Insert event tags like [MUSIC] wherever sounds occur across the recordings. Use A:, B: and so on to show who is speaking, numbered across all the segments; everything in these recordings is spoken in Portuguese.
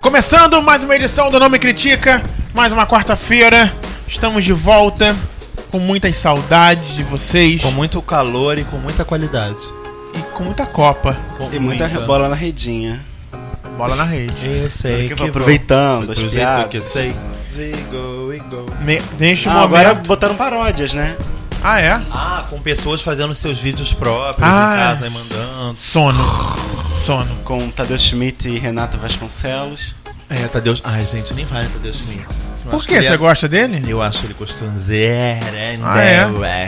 A: Começando mais uma edição do Nome Critica, mais uma quarta-feira. Estamos de volta com muitas saudades de vocês
B: Com muito calor e com muita qualidade.
A: e com muita copa.
B: Com
C: E muita bola na redinha.
A: Bola na rede.
B: Eu sei que,
C: Porque aproveitando as
B: Aproveito
C: piadas.
B: que eu sei.
A: Ne- Neste
C: Ah,
A: momento.
C: agora botaram paródias, né?
A: Ah, é?
B: Ah, com pessoas fazendo seus vídeos próprios
A: Ah.
B: em casa e mandando.
A: Sono. Sono.
C: Com Tadeu Schmidt e Renata Vasconcelos.
B: É, Tadeu. Ai, gente, nem vai, Tadeu Schmidt. Eu
A: Por
B: acho
A: que?
B: ele
A: Você
B: é-
A: gosta dele?
B: Eu acho ele gostosinho.
A: Ah, é?
B: é?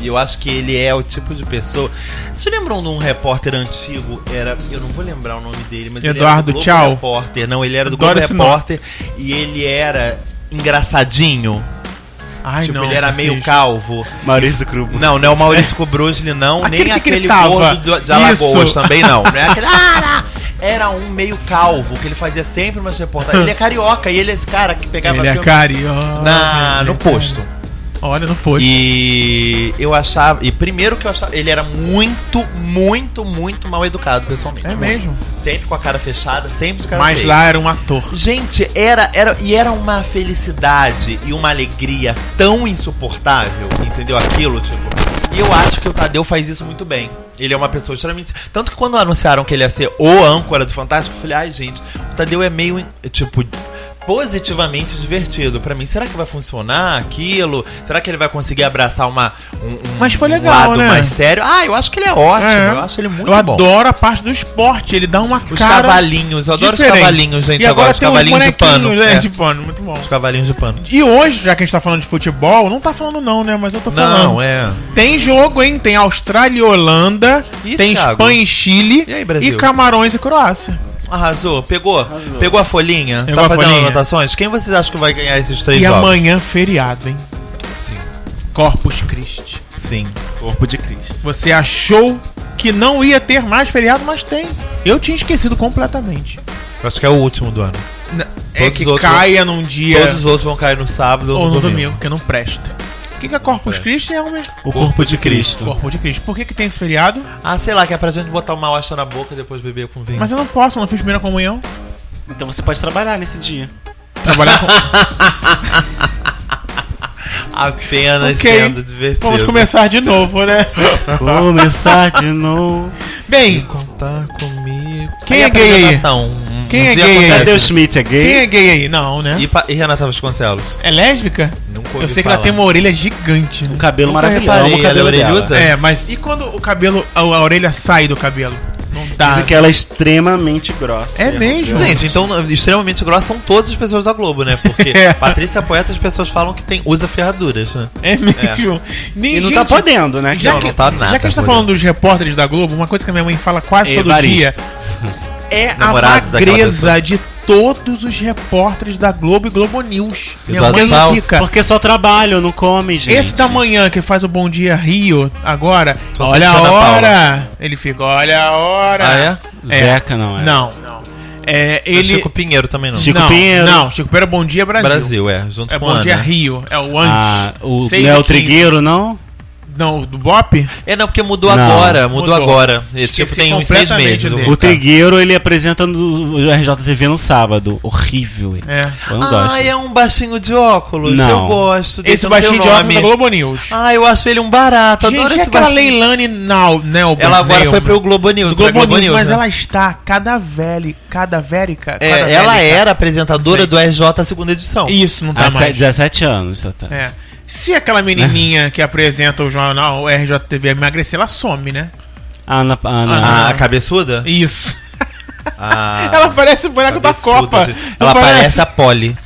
B: E eu acho que ele é o tipo de pessoa. Vocês lembram de um repórter antigo? Era. Eu não vou lembrar o nome dele, mas
A: Eduardo,
B: ele era do Globo
A: tchau.
B: Repórter. Não, ele era do
A: Adoro
B: Globo
A: esse nome.
B: Repórter e ele era engraçadinho.
A: Ai,
B: tipo, ele era meio
A: caro.
B: calvo.
C: Maurício Grubo.
B: Não, não é o Maurício Cobrosli, não.
A: Aquele
B: nem
A: que
B: aquele
A: gritava.
B: gordo do- de Alagoas
A: Isso.
B: também, não. Não é
A: [LAUGHS]
B: aquele. "Ara!" Era um meio calvo, que ele fazia sempre umas reportagens. Ele é carioca e ele é esse cara que pegava
A: Ele é
B: filme
A: carioca.
B: na, no posto.
A: Olha, no posto.
B: E eu achava. E primeiro que eu achava. Ele era muito, muito, muito mal educado, pessoalmente.
A: É mesmo.
B: Sempre com a cara fechada, sempre de cara
A: Mas
B: feia.
A: lá era um ator.
B: Gente, era, era e era uma felicidade e uma alegria tão insuportável, entendeu? Aquilo, tipo. E eu acho que o Tadeu faz isso muito bem. Ele é uma pessoa extremamente. Tanto que quando anunciaram que ele ia ser o âncora do Fantástico, eu falei, ai, gente, o Tadeu é meio, tipo, positivamente divertido Pra mim. Será que vai funcionar aquilo? Será que ele vai conseguir abraçar uma, um, um-
A: Mas foi
B: um
A: legal,
B: lado
A: né?
B: mais sério? Ah, eu acho que ele é ótimo.
A: É.
B: Eu acho ele muito
A: eu
B: bom.
A: adoro a parte do esporte. Ele dá uma
B: Os
A: cara.
B: cavalinhos, eu adoro
A: diferente.
B: os cavalinhos, gente.
A: E agora
B: eu gosto
A: tem
B: de cavalinhos
A: uns
B: de pano.
A: bonequinhos, né,
B: É.
A: de pano. Muito bom.
B: Os cavalinhos de pano.
A: E hoje, já que a gente tá falando de futebol, não tá falando não, né? Mas eu tô falando.
B: Não, é.
A: Tem jogo, hein? Tem Austrália e Holanda,
B: Ih,
A: tem
B: Thiago.
A: Espanha e Chile,
B: E aí, Brasil?
A: e Camarões e Croácia.
B: Arrasou, pegou.
C: Arrasou.
B: Pegou a folhinha.
A: Pegou
B: tá
A: a
B: fazendo
A: folhinha.
B: anotações? Quem vocês acham que vai ganhar esses três
A: E
B: jogos?
A: amanhã, feriado, hein?
B: Sim.
A: Corpus Christi.
B: Sim.
C: Corpo de Cristo.
A: Você achou que não ia ter mais feriado, mas tem. Eu tinha esquecido completamente.
B: Eu acho que é o último do ano.
A: é
B: Todos
A: que
B: os outros-
A: caia num dia
B: Todos os outros vão cair no sábado
A: é. ou no domingo, porque não presta. O que, que é Corpus Christi? É um
B: O corpo de Cristo.
A: Corpus de Cristo. Por que, que tem esse feriado?
B: Ah, sei lá, que é pra gente botar uma hosta na boca e depois beber com vinho.
A: Mas eu não posso, eu não fiz primeira [LAUGHS] comunhão.
C: Então você pode trabalhar nesse dia.
A: Trabalhar com...
B: Apenas
A: Ok.
B: sendo divertido.
A: Vamos começar de novo, né?
C: Começar de novo.
A: Bem,
B: Contar comigo.
A: Quem
B: Aí
A: é
B: a
A: gay aí?
B: apresentação. Um-
A: Quem
B: um
A: é
B: dia
A: gay aí?
B: acontece.
C: Tadeu Schmidt é
A: quem
C: gay?
A: é gay aí? Não, né?
B: E, pa- e Renata Vasconcelos?
A: É lésbica?
B: Nunca
A: Eu
B: ouvi
A: sei que
B: falar.
A: ela tem uma orelha gigante, né?
C: Um cabelo
B: Nunca
C: maravilhoso.
B: reparei,
C: Amo o cabelo
B: ela é orelhuda?
C: dela.
A: É, mas e quando o cabelo, a, a orelha sai do cabelo? Não dá.
C: Dizem que ela é extremamente grossa.
A: É mesmo?
B: Gente, então, extremamente grossa são todas as pessoas da Globo, né? Porque
A: [LAUGHS] É.
B: Patrícia Poeta, as pessoas falam que tem, usa ferraduras, né?
A: É mesmo. Nem,
C: E não
A: gente,
C: tá podendo, né?
A: Já
B: Não,
A: que,
B: não tá nada,
A: já que a gente tá
B: olha.
A: falando dos repórteres da Globo, uma coisa que a minha mãe fala quase todo
C: Evaristo.
A: dia é a
B: Namorado daquela
A: magreza de todos os repórteres da Globo e Globo News. Minha
B: Eduardo
A: mãe
B: Sal.
A: fica.
C: Porque só trabalham, não comem, gente.
A: Esse da manhã que faz o Bom Dia Rio agora,
B: Só
A: olha a
B: sente Ana
A: hora. Ele fica, olha a hora.
B: é?
A: É.
C: Zeca não é.
A: Não, não. É, ele.
B: Chico Pinheiro também não.
C: Chico-
A: não,
C: Pinheiro.
A: Não, Chico Pinheiro é Bom Dia Brasil.
B: Brasil, é. Junto
A: É
B: com
A: Bom
B: Ana.
A: Dia Rio, é o antes.
C: Ah, o,
A: Seis
C: não
A: e
C: é o
A: quinze.
C: Trigueiro, não?
A: Não, o do Bop?
B: É, não, porque mudou
C: Não.
B: agora. Mudou,
A: Mudou.
B: agora. E,
A: Esqueci
B: tipo, tem uns seis
A: completamente
B: meses.
A: dele.
B: o-
C: O Trigueiro, ele apresenta no o RJTV no sábado. Horrível. ele.
A: É.
C: Eu não gosto.
B: Ah, é um baixinho de óculos.
C: Não.
B: Eu gosto. desse,
A: Esse
B: eu não sei
A: baixinho
B: o
A: de óculos
B: nome.
A: da Globo News.
B: Ah, eu acho ele um barato. adoro
A: Gente, e
B: esse
A: aquela
B: baixinho.
A: Leilani Nau, né? o
B: Ela agora
A: Neuma?
B: foi pro Globo News.
A: do
B: pra
A: Globo, News, mas
B: né?
A: ela está cada velha, cada vérica.
B: É,
A: cada
B: ela é
A: vélica.
B: era apresentadora do RJ segunda edição.
A: Isso, não tá
C: Há se-
A: mais.
C: 17 anos, só tá.
A: É. Se aquela menininha que apresenta o jornal o RJTV emagrecer, ela some, né?
C: A Ana, a Ana-
B: A Ah, cabeçuda?
A: Isso.
B: Ah,
A: ela parece o boneco da
B: cabeçuda,
A: Copa.
B: gente.
A: Não
B: Ela parece a Polly.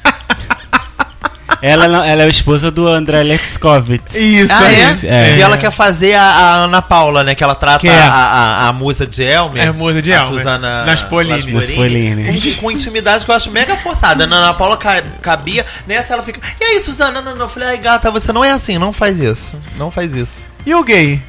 C: ela, não- ela é a esposa do André Lexkovitz.
A: Isso,
B: Ah,
A: aí.
B: é?
C: É.
B: E ela quer fazer a, a Ana Paula, né? Que ela trata
A: Que é.
B: a, a, a musa de Elmer.
A: É, musa de
B: a
A: Elmer.
B: Suzana
A: Naspolini.
C: Naspolini.
B: Com- Com, intimidade que eu acho mega forçada. Na Ana Paula ca- cabia, nessa ela fica. E aí, Suzana? Não, não. Eu falei, ai, gata, você não é assim, não faz isso. Não faz isso.
A: E o gay?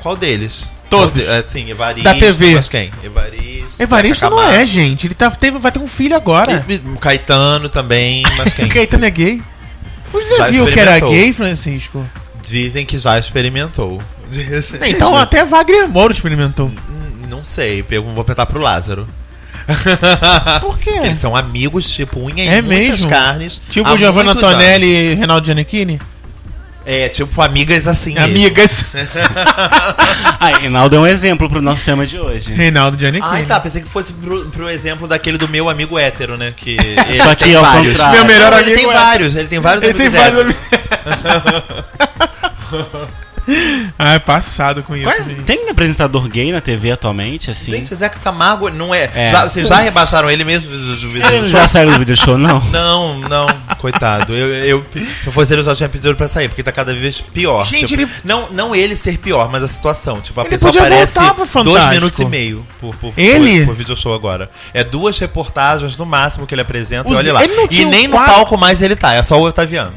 B: Qual deles?
A: Todos.
B: Qual de- é, Sim, Evaristo.
A: Da TV.
B: Mas quem? Evaristo.
A: Evaristo
B: Zeca
A: não é,
B: Camargo.
A: gente. Ele tá, teve, vai ter um filho agora.
B: E- e- Caetano também, mas
A: [LAUGHS]
B: quem?
A: Caetano é gay. Você
B: Já
A: viu que era
B: experimentou.
A: gay, Francisco?
B: Dizem que já experimentou. Dizem. [LAUGHS]
A: Então até Wagner Moura experimentou.
B: Hum, Não sei, eu vou apertar pro Lázaro. Ah.
A: Por quê?
B: Eles são amigos, tipo, unha em
A: É
B: muitas
A: mesmo?
B: carnes.
A: Tipo
B: há
A: Giovanna
B: Ah, muitos anos.
A: Tonelli e Reinaldo Giannichini?
B: É, tipo, amigas assim. mesmo.
A: Amigas.
C: Ah, Reinaldo é um exemplo pro nosso tema de hoje.
A: Reinaldo Giannichini.
B: Ai, tá, pensei que fosse pro, pro exemplo daele do meu amigo hétero, né?
A: [LAUGHS]
B: Que ele
C: Só que ao
B: vários.
C: contrário.
A: Meu melhor
B: Não,
A: amigo
B: ele tem
A: é-
B: vários, ele tem vários
A: Ele tem
B: amigos
A: vários
B: héteros.
A: [LAUGHS] Ah, é passado com isso.
C: Quase-
A: gente.
C: Tem apresentador gay na TV atualmente, assim?
B: Gente, Zeca Camargo não é.
C: É.
B: Já- vocês já rebaixaram ele mesmo?
A: É,
B: do- do- do-
C: Ele já saiu do video show, não?
B: Não, não, coitado. Eu, eu- se eu fosse ele, eu já tinha pedido pra sair, porque tá cada vez pior.
A: Gente,
B: Tipo,
A: ele-
B: Não, não ele ser pior, mas a situação. Tipo, a
A: Ele
B: pessoa
A: podia
B: aparece
A: voltar pro
B: dois
A: Fantástico.
B: minutos e meio por, por,
A: Ele?
B: por, por video show agora. É duas reportagens no máximo que ele apresenta,
A: Os-
B: olha lá.
A: ele não
B: E
A: tinha um
B: nem no
A: quadro-
B: palco mais ele tá, é só o Otaviano.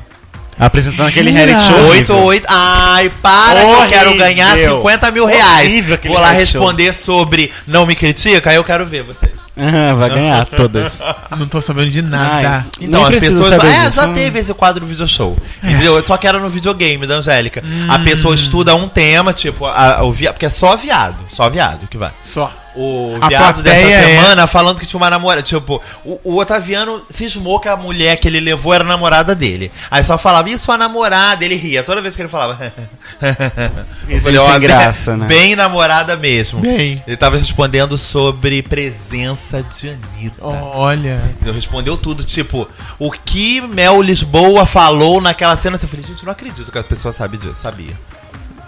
C: Apresentando aquele
A: Jura?
C: reality show.
B: Oito ou oito. Ai, para que eu quero
C: Horrível.
B: ganhar 50 mil reais.
C: Horrível aquele
B: Vou lá
C: reality show.
B: responder sobre não me critica, aí eu quero ver vocês.
C: Ah, vai ganhar todas. É
A: Não tô sabendo de nada.
C: Ai.
B: Então,
C: Nem
B: as
C: preciso
B: pessoas.
C: saber
B: É,
C: disso, É.
B: já
C: né?
B: teve esse quadro no video show. Entendeu? Só que era no videogame da Angélica. A
C: Hum.
B: pessoa estuda um tema, tipo, a, a- o via... porque é só viado. Só viado que vai.
A: Só.
B: O
A: A
B: viado dessa
A: plateia é-
B: semana falando que tinha uma namorada. Tipo, o, o Otaviano cismou que a mulher que ele levou era a namorada dele. Aí só falava, e sua namorada? Ele ria toda vez que ele falava.
C: [LAUGHS]
B: Eu
C: Isso é
B: ó,
C: sem
B: bem-
C: graça, né?
B: Bem namorada mesmo.
A: Bem.
B: Ele tava respondendo sobre presença de Anitta.
A: Olha.
B: Ele respondeu tudo, tipo, o que Mel Lisboa falou naquela cena? Eu falei, gente, eu não acredito que a pessoa sabe disso, sabia.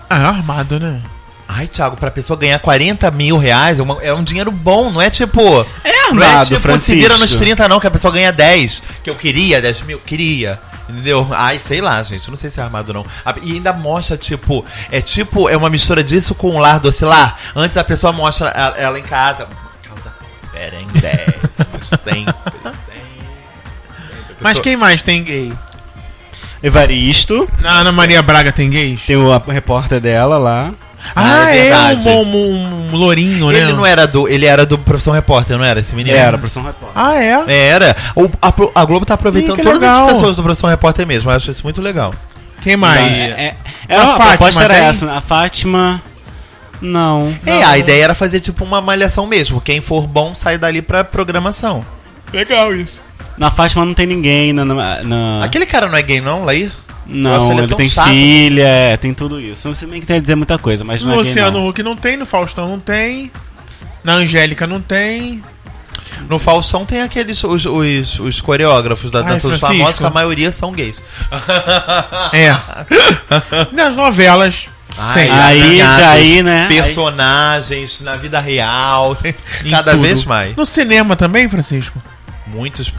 A: Ah, é armado, né?
B: Ai, Thiago, pra pessoa ganhar 40 mil reais é, uma- é um dinheiro bom, não é tipo.
C: É
B: não é
C: armado,
B: tipo, se
C: Francisco.
B: vira nos 30, não, que a pessoa ganha 10. Que eu queria, 10 mil, queria. Entendeu? Ai, sei lá, gente. Não sei se é armado, não. A- E ainda mostra, tipo, é tipo, é uma mistura disso com o lar do oscilar. Antes a pessoa mostra ela, ela em casa. Causa pera [LAUGHS] em 10. sempre, sempre.
A: Mas quem mais tem gay?
C: Evaristo,
A: Na Ana Maria Braga tem gays?
C: tem o a repórter dela lá.
A: Ah,
B: Ah, é
A: é, um,
B: verdade.
A: bom- um, um lourinho, né?
B: Ele
C: é-
B: não era do. Ele era do Profissão Repórter, não era esse menino?
C: Era, profissão repórter.
A: Ah, é?
B: Era. O- a, Pro- a Globo
A: Ih,
B: tá aproveitando
A: que
B: todas
A: legal.
B: as pessoas do Profissão Repórter mesmo. Eu acho isso muito legal.
A: Quem mais?
C: É, é,
A: A
C: era uma
A: Fátima
C: proposta era
A: tem?
C: essa. né? A Fátima. Não.
B: É, a ideia era fazer tipo uma malhação mesmo. Quem for bom sai dali pra programação.
A: Legal isso.
C: Na Fátima não tem ninguém. Na, na, na-
B: Aquele cara não é gay, não, Laí? Nossa,
C: Não,
B: ele é
C: ele,
B: tão
C: tem
B: chato.
C: filha, é, tem tudo isso. Não sei nem que tem a dizer muita coisa, mas não
A: No
C: é gay,
A: Luciano
C: não.
A: Huck não tem, no Faustão não tem, na Angélica não tem.
B: No Faustão tem aqueles os, os, os coreógrafos da
A: Ai,
B: dança dos
A: Francisco.
B: famosos, que a maioria são gays.
C: Ah. [LAUGHS]
A: É. Nas novelas.
B: Ai,
A: Sempre.
C: Aí,
B: Gatos,
C: já aí, né?
B: Personagens na vida real, [LAUGHS]
A: Em
B: cada
A: tudo.
B: vez mais.
A: No cinema também, Francisco?
B: Muitos.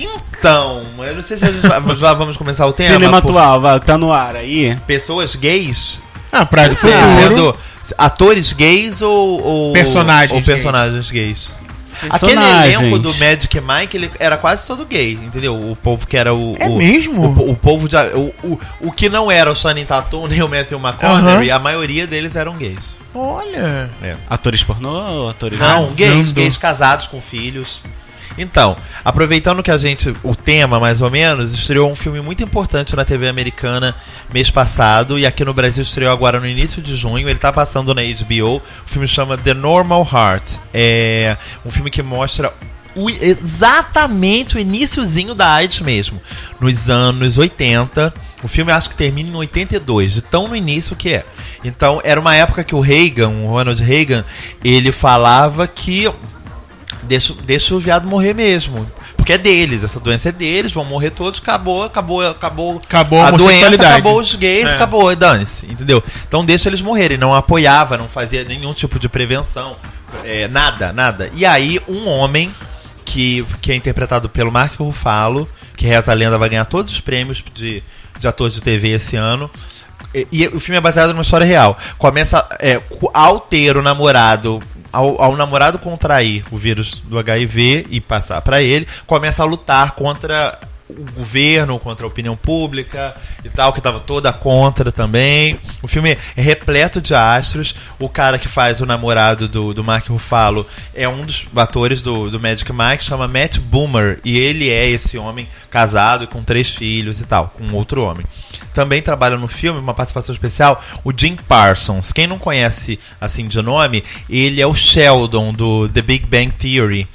B: Então, eu não sei se a gente vai, já vamos começar o tema.
C: Cinema
B: por-
C: atual, vai, que tá no ar aí.
B: Pessoas gays
A: Ah, pra
B: se-
A: futuro.
B: sendo atores gays ou, ou
A: Personagens
B: ou personagens gays. Aquele
C: Personagens.
B: elenco do Magic Mike ele era quase todo gay, entendeu? O povo que era o.
A: É
B: o,
A: mesmo?
B: O, po- o povo de. O, o, o que não era o Sonny Tatum nem o Matthew McConaughey, a maioria deles eram gays.
A: Olha.
B: É.
C: Atores pornô, atores.
B: Não,
A: Arrasando.
B: gays, gays casados com filhos. Então, aproveitando que a gente, o tema mais ou menos, estreou um filme muito importante na TV americana mês passado e aqui no Brasil estreou agora no início de junho. Ele tá passando na HBO. O filme chama The Normal Heart. É um filme que mostra o- exatamente o iníciozinho da AIDS mesmo, nos anos 80. O filme acho que termina em 82, de tão no início que é. Então, era uma época que o Reagan, o Ronald Reagan, ele falava que deixa, deixa o viado morrer mesmo. Porque é deles, essa doença é deles, vão morrer todos, acabou, acabou, acabou.
A: Acabou a
B: a doença,
A: homossexualidade.
B: acabou os gays,
A: É.
B: acabou, e dane-se, entendeu? Então deixa eles morrerem, não apoiava, não fazia nenhum tipo de prevenção, é, nada, nada. E aí, um homem que, que é interpretado pelo Mark Ruffalo, que Reza a Lenda vai ganhar todos os prêmios de, de ator de TV esse ano. E, e o filme é baseado numa história real. Começa é, co- ao ter o namorado, ao, ao namorado contrair o vírus do HIV e passar pra ele, começa a lutar contra o governo, contra a opinião pública e tal, que tava toda contra também. O filme é repleto de astros. O cara que faz o namorado do, do Mark Ruffalo é um dos atores do, do Magic Mike, chama Matt Boomer, e ele é esse homem casado e com três filhos e tal, com outro homem. Também trabalha no filme, uma participação especial, o Jim Parsons. Quem não conhece, assim, de nome, ele é o Sheldon do The Big Bang Theory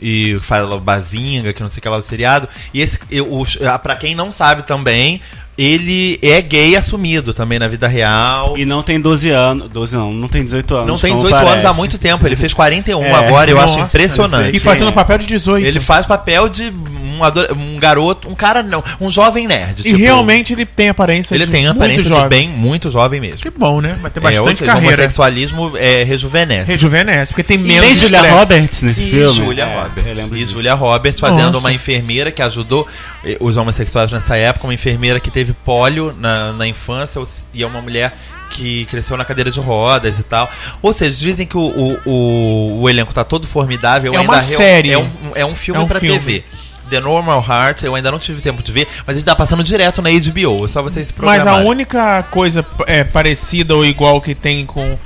B: e fala o Bazinga, que não sei o que lá do seriado. E esse, eu, o- ah, pra quem não sabe também, ele é gay assumido também na vida real.
C: E não tem 12 anos. 12 não, Então, não tem 18 anos.
B: não tem
C: como
B: 18 anos há
C: parece.
B: muito tempo, ele fez 41
C: É,
B: agora, eu acho
A: nossa,
B: impressionante.
A: E fazendo papel de 18.
B: Ele faz papel de um, ador- um garoto, um cara não, um jovem nerd.
A: E realmente ele tem aparência
B: ele tem a
A: muito
B: aparência de
A: jovem.
B: bem, muito jovem mesmo.
A: Que bom, né? Vai ter
B: é, ou
A: bastante
B: seja, o
A: carreira.
B: homossexualismo é, rejuvenesce.
A: Rejuvenesce, porque tem menos
C: Tem Julia
A: estresse.
C: Roberts nesse
B: e
C: filme?
B: Julia
C: É,
B: Roberts.
C: eu lembro
B: E
C: disso.
B: Julia Roberts fazendo
A: Nossa.
B: uma enfermeira que ajudou eh, os homossexuais nessa época, uma enfermeira que teve pólio na, na infância os- e é uma mulher que cresceu na cadeira de rodas e tal. Ou seja, dizem que o, o, o- o elenco tá todo formidável.
A: É
B: ainda
A: uma
B: reu-
A: série.
B: É um, é um filme
A: É um
B: pra
A: filme.
B: TV. The Normal Heart, eu ainda não tive tempo de ver, mas ele tá passando direto na HBO, é só vocês
A: Mas a
B: programarem.
A: única coisa é, parecida ou igual que tem com o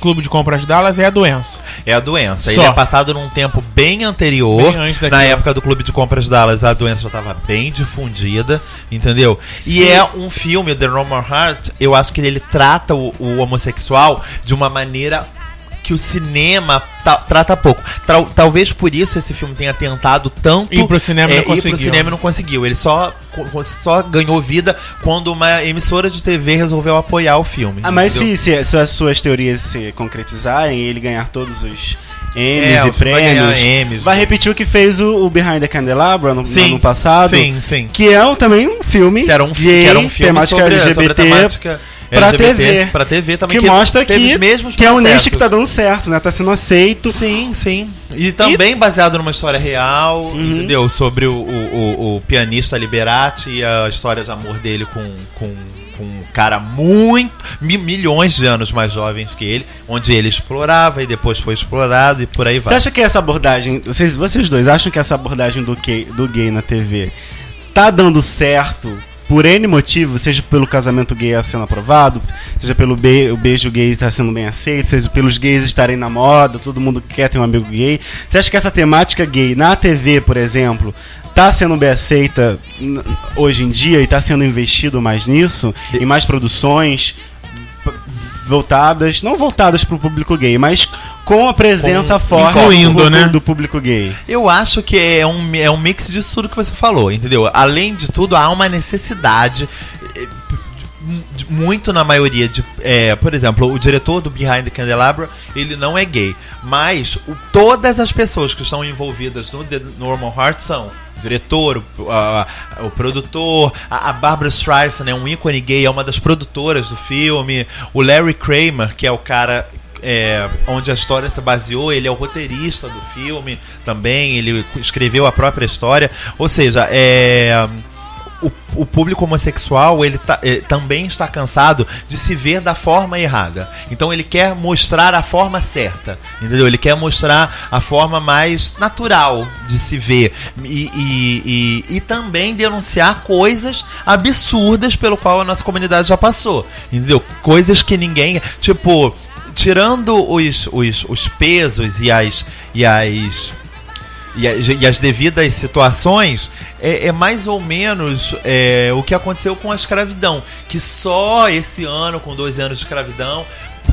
A: Clube de Compras Dallas é a doença.
B: É a doença.
A: Só.
B: Ele é passado num tempo bem anterior.
A: Bem antes daquilo.
B: na época do Clube de Compras Dallas, a doença já estava bem difundida, entendeu? E é um filme, The Normal Heart, eu acho que ele trata o, o homossexual de uma maneira que o cinema ta- trata pouco. Tal- talvez por isso esse filme tenha tentado tanto é,
A: Ir pro cinema e não
B: ir pro
A: conseguiu. né?
B: cinema não conseguiu. Ele só, co- só ganhou vida quando uma emissora de TV resolveu apoiar o filme.
C: Ah, mas
B: entendeu?
C: se, se, se as suas teorias se concretizarem e ele ganhar todos os
B: É,
C: M's
B: vai
C: e prêmios,
B: ganhar Emmys,
C: vai
B: né?
C: repetir o que fez o, o Behind the Candelabra no, no
B: Sim,
C: ano passado.
B: Sim, sim.
C: Que é um- também um filme
B: que era um,
C: gay,
B: que era um filme
C: temática
B: sobre,
C: LGBT,
B: sobre a temática
C: pra
B: LGBT,
C: TV.
B: pra TV também é
C: que, mostra
B: teve
C: que,
B: os mesmos
C: que é um nicho
B: processos.
C: que tá dando certo, né? Tá sendo aceito.
B: Sim, sim. E também baseado numa história real,
C: Uhum.
B: entendeu? Sobre o, o, o- o pianista Liberati e a história de amor dele com, com, com um cara muito. mi- milhões de anos mais jovem que ele, onde ele explorava e depois foi explorado e por aí
C: Você
B: vai.
C: acha que essa abordagem. Vocês, vocês dois acham que essa abordagem do, que, do gay na TV tá dando certo por N motivo, seja pelo casamento gay sendo aprovado, seja pelo be- o beijo gay estar sendo bem aceito, seja pelos gays estarem na moda, todo mundo quer ter um amigo gay. Você acha que essa temática gay na TV, por exemplo, tá sendo bem aceita n- hoje em dia e tá sendo investido mais nisso? Em mais produções? p- Voltadas, não voltadas pro público gay, mas com a presença forte
A: incluindo,
C: do,
A: né?
C: do público gay.
B: Eu acho que é um, é um mix disso tudo que você falou, entendeu? Além de tudo, há uma necessidade. eh, de- Muito na maioria de. eh, por exemplo, o diretor do Behind the Candelabra, ele não é gay. Mas o- todas as pessoas que estão envolvidas no The Normal Heart são o diretor, o, a- o produtor, a, a Barbara Streisand é um ícone gay, é uma das produtoras do filme, o Larry Kramer, que é o cara é, onde a história se baseou, ele é o roteirista do filme também, ele escreveu a própria história. Ou seja, é, o, o público homossexual ele tá- é, também está cansado de se ver da forma errada. Então ele quer mostrar a forma certa, entendeu? Ele quer mostrar a forma mais natural de se ver e, e, e, e também denunciar coisas absurdas pelo qual a nossa comunidade já passou, entendeu? Coisas que ninguém, tipo, tirando os, os, os pesos e as e as e as, e as devidas situações é, é mais ou menos é, o que aconteceu com a escravidão que só esse ano com 12 anos de escravidão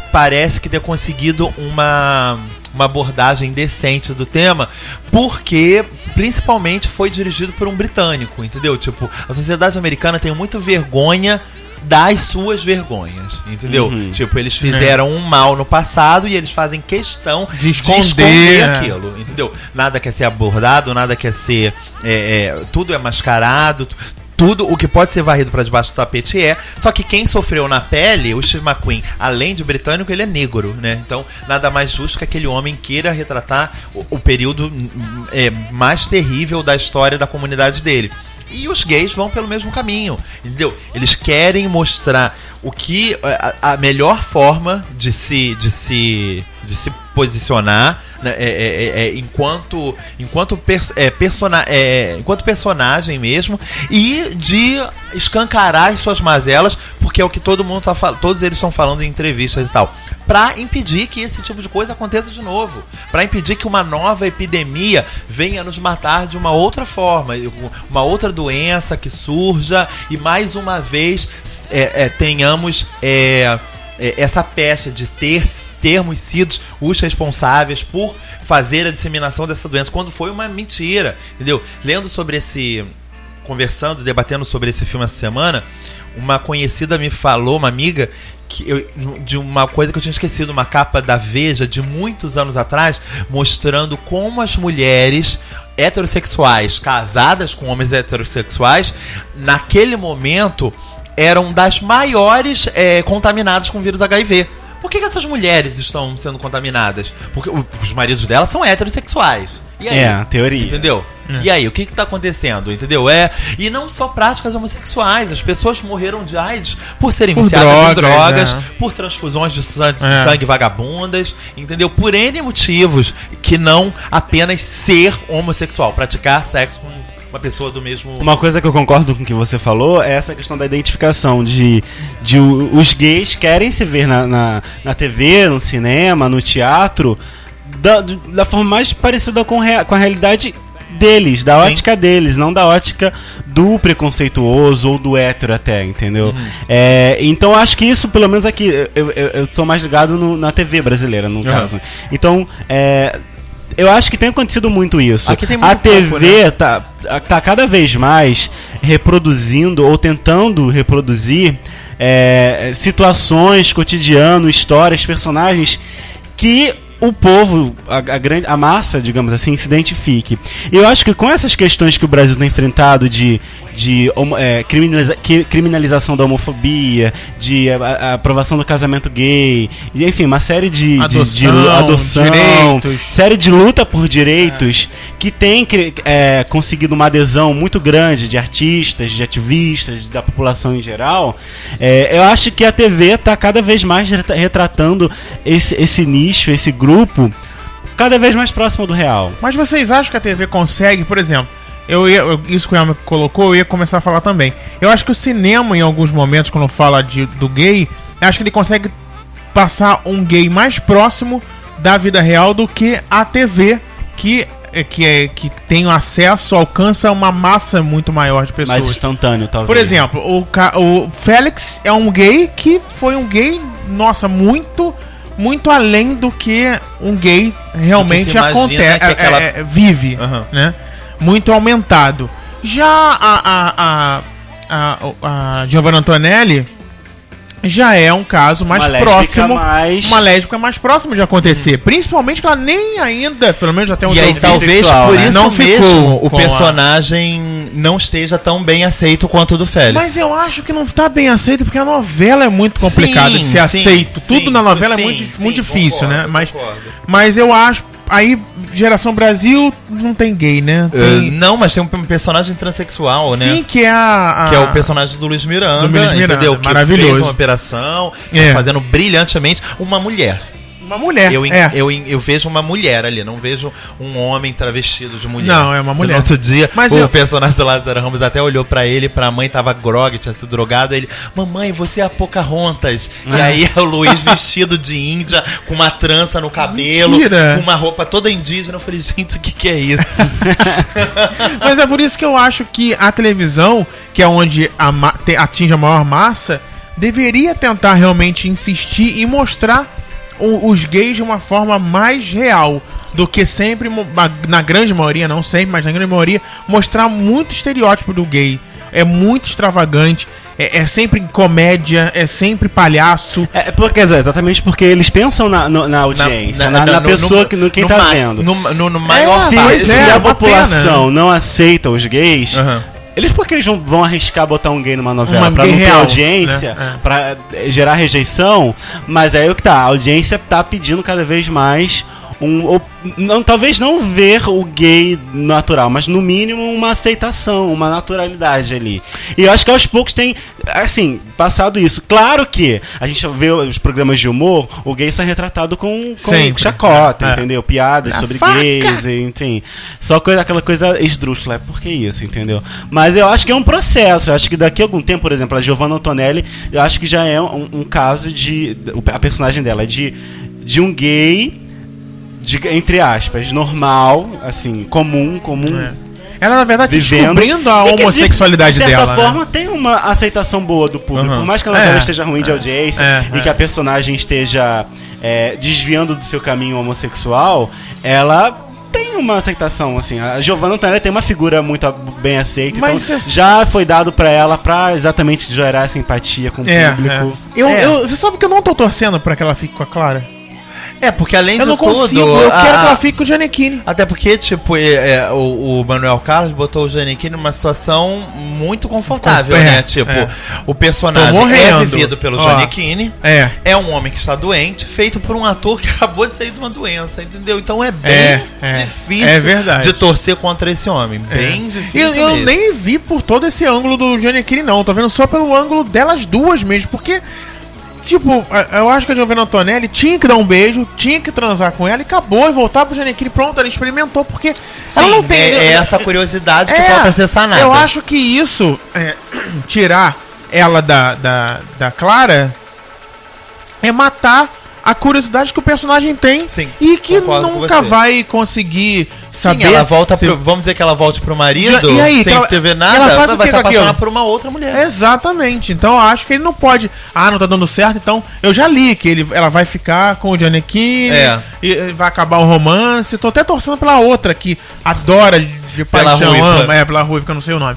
B: parece que ter conseguido uma uma abordagem decente do tema porque principalmente foi dirigido por um britânico entendeu tipo a sociedade americana tem muito vergonha das suas vergonhas, entendeu?
A: Uhum.
B: Tipo, eles fizeram um mal no passado e eles fazem questão
A: De esconder, né?
B: aquilo aquilo, entendeu? Nada quer ser abordado, nada quer ser. é, é, tudo é mascarado. tu- Tudo o que pode ser varrido pra debaixo do tapete é. Só que quem sofreu na pele, o Steve McQueen, além de britânico, ele é negro, né? Então, nada mais justo que aquele homem queira retratar o, o período hum, hum, é, mais terrível da história da comunidade dele. E os gays vão pelo mesmo caminho, entendeu? Eles querem mostrar o que é, a, a melhor forma de se de se de se posicionar né, é, é- é- é enquanto enquanto perso- é, persona- é, enquanto personagem mesmo e de escancarar as suas mazelas porque é o que todo mundo tá falando todos eles estão falando em entrevistas e tal para impedir que esse tipo de coisa aconteça de novo para impedir que uma nova epidemia venha nos matar de uma outra forma uma outra doença que surja e mais uma vez é, é, tenhamos é, é, essa pecha de ter termos sido os responsáveis por fazer a disseminação dessa doença, quando foi uma mentira, entendeu? Lendo sobre esse. conversando, debatendo sobre esse filme essa semana, uma conhecida me falou, uma amiga, que eu- de uma coisa que eu tinha esquecido, uma capa da Veja de muitos anos atrás, mostrando como as mulheres heterossexuais, casadas com homens heterossexuais, naquele momento eram das maiores eh, contaminadas com o vírus HIV. Por que, que essas mulheres estão sendo contaminadas? Porque o- os maridos delas são heterossexuais. E aí?
C: É, a teoria.
B: Entendeu?
A: É.
B: E aí, o que que tá acontecendo? Entendeu? É, e não só práticas homossexuais. As pessoas morreram de AIDS por serem
A: Por
B: viciadas em
A: drogas,
B: drogas,
A: é.
B: por transfusões de sangue,
A: É.
B: sangue vagabundas, entendeu? Por N motivos que não apenas ser homossexual, praticar sexo com uma pessoa do mesmo.
C: Uma coisa que eu concordo com o que você falou é essa questão da identificação, de, de o- os gays querem se ver na, na, na TV, no cinema, no teatro, da, da forma mais parecida com, rea- com a realidade deles, da
B: Sim.
C: ótica deles, não da ótica do preconceituoso ou do hétero até, entendeu?
B: Uhum.
C: É, então acho que isso, pelo menos aqui, eu, eu, eu tô mais ligado no- na TV brasileira, no caso. Então, é, eu acho que tem acontecido muito isso.
B: Aqui tem muito
C: a TV
B: pouco, né?
C: tá, tá cada vez mais reproduzindo ou tentando reproduzir é, situações, cotidiano, histórias, personagens que o povo, a, a grande, a massa, digamos assim, se identifique. E eu acho que com essas questões que o Brasil tem enfrentado de, de homo- é, criminaliza- que- criminalização da homofobia, de a- a- a aprovação do casamento gay, e, enfim, uma série de, de- de,
A: Adoção,
C: lu- adoção
A: direitos.
C: série de luta por direitos que tem cre- é, conseguido uma adesão muito grande de artistas, de ativistas, da população em geral, é, eu acho que a TV está cada vez mais retra- retratando esse, esse nicho, esse grupo, cada vez mais próximo do real.
A: Mas vocês acham que a TV consegue, por exemplo, eu ia- eu- isso que o Elmer colocou, eu ia começar a falar também. Eu acho que o cinema, em alguns momentos, quando fala de, do gay, eu acho que ele consegue passar um gay mais próximo da vida real do que a TV, que, é- que, é, que tem acesso, alcança uma massa muito maior de pessoas.
C: Mais instantâneo, talvez.
A: Por exemplo, o, ca- o Félix é um gay que foi um gay, nossa, muito muito além do que um gay
B: Do
A: realmente
B: que se imagina
A: acontece,
B: que aquela-
A: é, é, vive,
B: Aham.
A: né? Muito aumentado. Já a, a, a, a, a Giovanna Antonelli já é um caso mais
C: Uma lésbica
A: próximo,
C: mais-
A: uma lésbica mais próxima de acontecer. Principalmente que ela nem ainda, pelo menos até onde
B: Uhum. E aí,
A: eu vi,
B: talvez
C: bissexual,
B: por
C: né?
B: isso
A: Não
B: mesmo
A: ficou
B: o
A: com a-
B: personagem não esteja tão bem aceito quanto o do Félix.
A: Mas eu acho que não tá bem aceito, porque a novela é muito complicada
B: Sim,
A: de ser
B: sim,
A: aceito.
B: sim,
A: Tudo na novela
B: sim,
A: é muito,
B: sim,
A: muito difícil,
B: concordo,
A: né? Mas,
B: concordo.
A: mas eu acho. Aí, Geração Brasil não tem gay, né?
B: Uh,
A: Tem,
B: não, mas tem um personagem transexual, né?
A: Sim, que é a. a-
B: Que é o personagem do Luiz Miranda,
A: Do Luiz Miranda,
B: entendeu? Que
A: maravilhoso.
B: fez uma operação, tá
A: É.
B: fazendo brilhantemente uma mulher.
A: Uma mulher.
B: eu, en-
A: é.
B: eu, en- eu vejo uma mulher ali, não vejo um homem travestido de mulher.
A: Não, é uma mulher.
B: No outro dia,
A: Mas
B: o
A: eu-
B: personagem do Lázaro Ramos até olhou pra ele, pra mãe, tava grog, tinha sido drogado. Ele, mamãe, você é a Pocahontas. E aí é
A: [LAUGHS]
B: o Luiz vestido de índia, com uma trança no cabelo,
A: Mentira.
B: com uma roupa toda indígena. Eu falei, gente, o que, que é isso?
A: Mas é por isso que eu acho que a televisão, que é onde a ma- te- atinge a maior massa, deveria tentar realmente insistir e mostrar o- os gays de uma forma mais real do que sempre, mo- ma- na grande maioria, não sempre, mas na grande maioria, mostrar muito estereótipo do gay. É muito extravagante, é, é sempre comédia, é sempre palhaço.
C: É, porque, é exatamente porque eles pensam na, no- na audiência, na, na
B: no-
C: pessoa,
B: no-
C: que, no quem
B: no
C: tá
B: ma-
C: vendo.
B: No, no- no maior
A: É,
C: se,
B: parte.
A: pois
C: se
A: é,
C: a
A: uma pena. né?
C: população não aceita os gays,
B: Aham.
C: eles por que eles não vão arriscar botar um gay numa novela
A: Uma
C: pra
A: gay
C: não ter
A: real,
C: audiência,
A: né? É.
C: pra eh, gerar rejeição? Mas é aí o que tá, a audiência tá pedindo cada vez mais um, ou- não, talvez não ver o gay natural, mas no mínimo uma aceitação, uma naturalidade ali. E eu acho que aos poucos tem, assim, passado isso. Claro que a gente vê os programas de humor, o gay só é retratado com, com
A: Sempre.
C: chacota,
A: É.
C: entendeu? Piadas
A: Na
C: sobre
A: faca.
C: gays, enfim. Só coisa, aquela coisa esdrúxula. é, Por que isso, entendeu? Mas eu acho que é um processo. Eu acho que daqui a algum tempo, por exemplo, a Giovanna Antonelli, eu acho que já é um, um caso de. A personagem dela é de, de um gay de- entre aspas, normal, assim, comum, comum.
A: Ela, na verdade, tá
C: Vivendo.
A: descobrindo a
C: E que, é de-
A: homossexualidade
C: de certa
A: dela. né?
C: forma, tem uma aceitação boa do público.
A: Uhum.
C: Por mais que a
A: É.
C: novela esteja ruim de audiência
A: É,
C: e
A: é.
C: que a personagem esteja é, desviando do seu caminho homossexual, ela tem uma aceitação, assim. A Giovanna Antonelli tem uma figura muito bem aceita,
A: Mas assim-
C: então
A: esse-
C: já foi dado pra ela pra exatamente gerar simpatia com o
A: É,
C: público.
A: é. Eu,
B: É.
A: eu- você sabe que eu não tô torcendo pra que ela fique com a Clara?
B: É, porque além
A: Eu
B: de
A: não
B: tudo.
A: consigo, eu
B: a-
A: quero que ela fique com o Giannichini.
B: Até porque, tipo, é, é, o, o Manuel Carlos botou o Janequim numa situação muito confortável,
A: É,
B: né? Tipo,
A: é.
B: o personagem
A: Tô
B: é
A: morrendo.
B: vivido pelo
A: Ó.
B: Janequim.
A: É.
B: É um homem que está doente, feito por um ator que [LAUGHS] acabou de sair de uma doença, entendeu? Então é bem
A: É, é.
B: difícil
A: É verdade.
B: de torcer contra esse homem. Bem
A: É.
B: difícil.
A: Eu, eu
B: mesmo.
A: nem vi por todo esse ângulo do Giannichini, não. Tô vendo só pelo ângulo delas duas mesmo. Porque, tipo, a- eu acho que a Giovanna Antonelli tinha que dar um beijo, tinha que transar com ela e acabou e voltar pro Giannichini. Pronto, ela experimentou, porque ela
B: Sim,
A: não tem.
B: é, é essa curiosidade que falta ser sanada.
A: É. Eu acho que isso, é, [CLEARS THROAT] tirar ela da, da, da Clara, é matar a curiosidade que o personagem tem
B: Sim,
A: e que
B: concordo com
A: nunca
B: você.
A: vai conseguir saber.
B: Sim, ela volta
A: se-
B: pro, vamos dizer que ela volte pro marido,
A: E aí, tá-
B: sem
A: ela-
B: TV nada,
A: ela faz o
B: vai
A: que
B: se
A: com aquilo?
B: apaixonar por uma outra mulher.
A: Exatamente. Então eu acho que ele não pode. Ah, não tá dando certo, então eu já li que ele, ela vai ficar com o Giannichini
B: É.
A: e, e vai acabar o romance. Tô até torcendo pela outra que adora de, de
B: Pela
A: paixão,
B: ruiva.
A: ama, é, pela ruiva, que eu não sei o nome.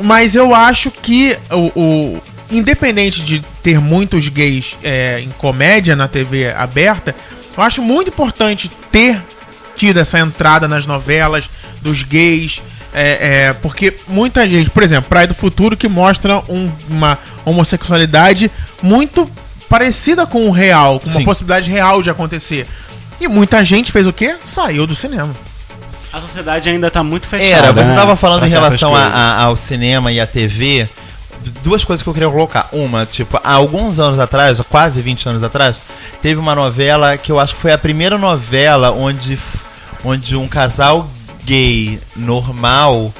A: Mas eu acho que o, o- independente de ter muitos gays é, em comédia na TV aberta, eu acho muito importante ter tido essa entrada nas novelas dos gays. é, é, porque muita gente, por exemplo, Praia do Futuro, que mostra um- uma homossexualidade muito parecida com o real, com uma
B: Sim.
A: possibilidade real de acontecer. E muita gente fez o quê? Saiu do cinema.
C: A sociedade ainda tá muito fechada.
B: Era, você
C: né,
B: estava falando
C: pra
B: em
C: certas
B: relação a-
C: coisas.
B: a- ao cinema e à TV. Duas coisas que eu queria colocar. Uma, tipo, há alguns anos atrás, quase 20 anos atrás, teve uma novela que eu acho que foi a primeira novela onde, f- onde um casal gay normal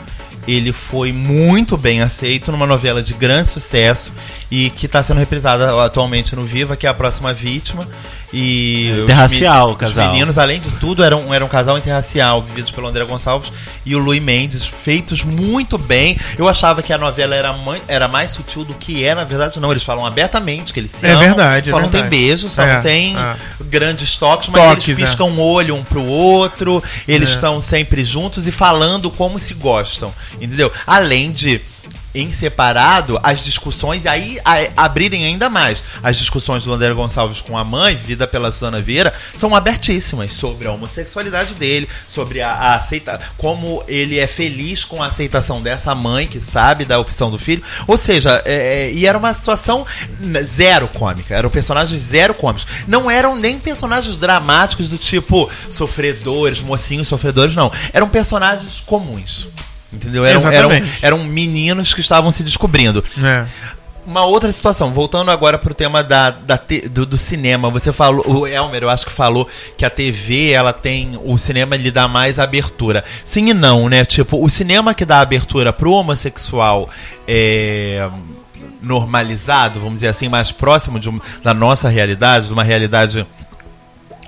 B: ele foi muito bem aceito numa novela de grande sucesso e que está sendo reprisada atualmente no Viva, que é a próxima vítima. E os
C: É, Interracial,
B: me-
C: o casal.
B: Os meninos mas, além de tudo, era um, era um casal interracial, vivido pelo André Gonçalves e o Luiz Mendes, feitos muito bem. Eu achava que a novela era, mãe- era mais sutil do que é, na verdade, não. Eles falam abertamente que eles se
A: É
B: amam,
A: verdade, é
B: só não
A: verdade.
B: tem beijo, só
A: É,
B: não tem
A: é.
B: grandes toques, mas
A: Toques,
B: eles
A: é.
B: piscam um olho um pro outro, eles
A: É.
B: estão sempre juntos e falando como se gostam, entendeu? Além de. Em separado, as discussões, e aí a- abrirem ainda mais. As discussões do André Gonçalves com a mãe, vida pela Susana Vieira, são abertíssimas sobre a homossexualidade dele, sobre a, a aceita como ele é feliz com a aceitação dessa mãe que sabe da opção do filho. Ou seja, é- é- e era uma situação n- zero cômica. Eram personagens zero cômicos. Não eram nem personagens dramáticos do tipo sofredores, mocinhos sofredores, não. Eram personagens comuns. Entendeu? Eram, eram,
A: Exatamente.
B: eram meninos que estavam se descobrindo.
A: É.
B: Uma outra situação, voltando agora pro tema da, da te- do, do cinema, você falou, o Elmer, eu acho que falou que a TV, ela tem, o cinema lhe dá mais abertura. Sim e não, né? Tipo, o cinema que dá abertura pro homossexual é, normalizado, vamos dizer assim, mais próximo de um- da nossa realidade, de uma realidade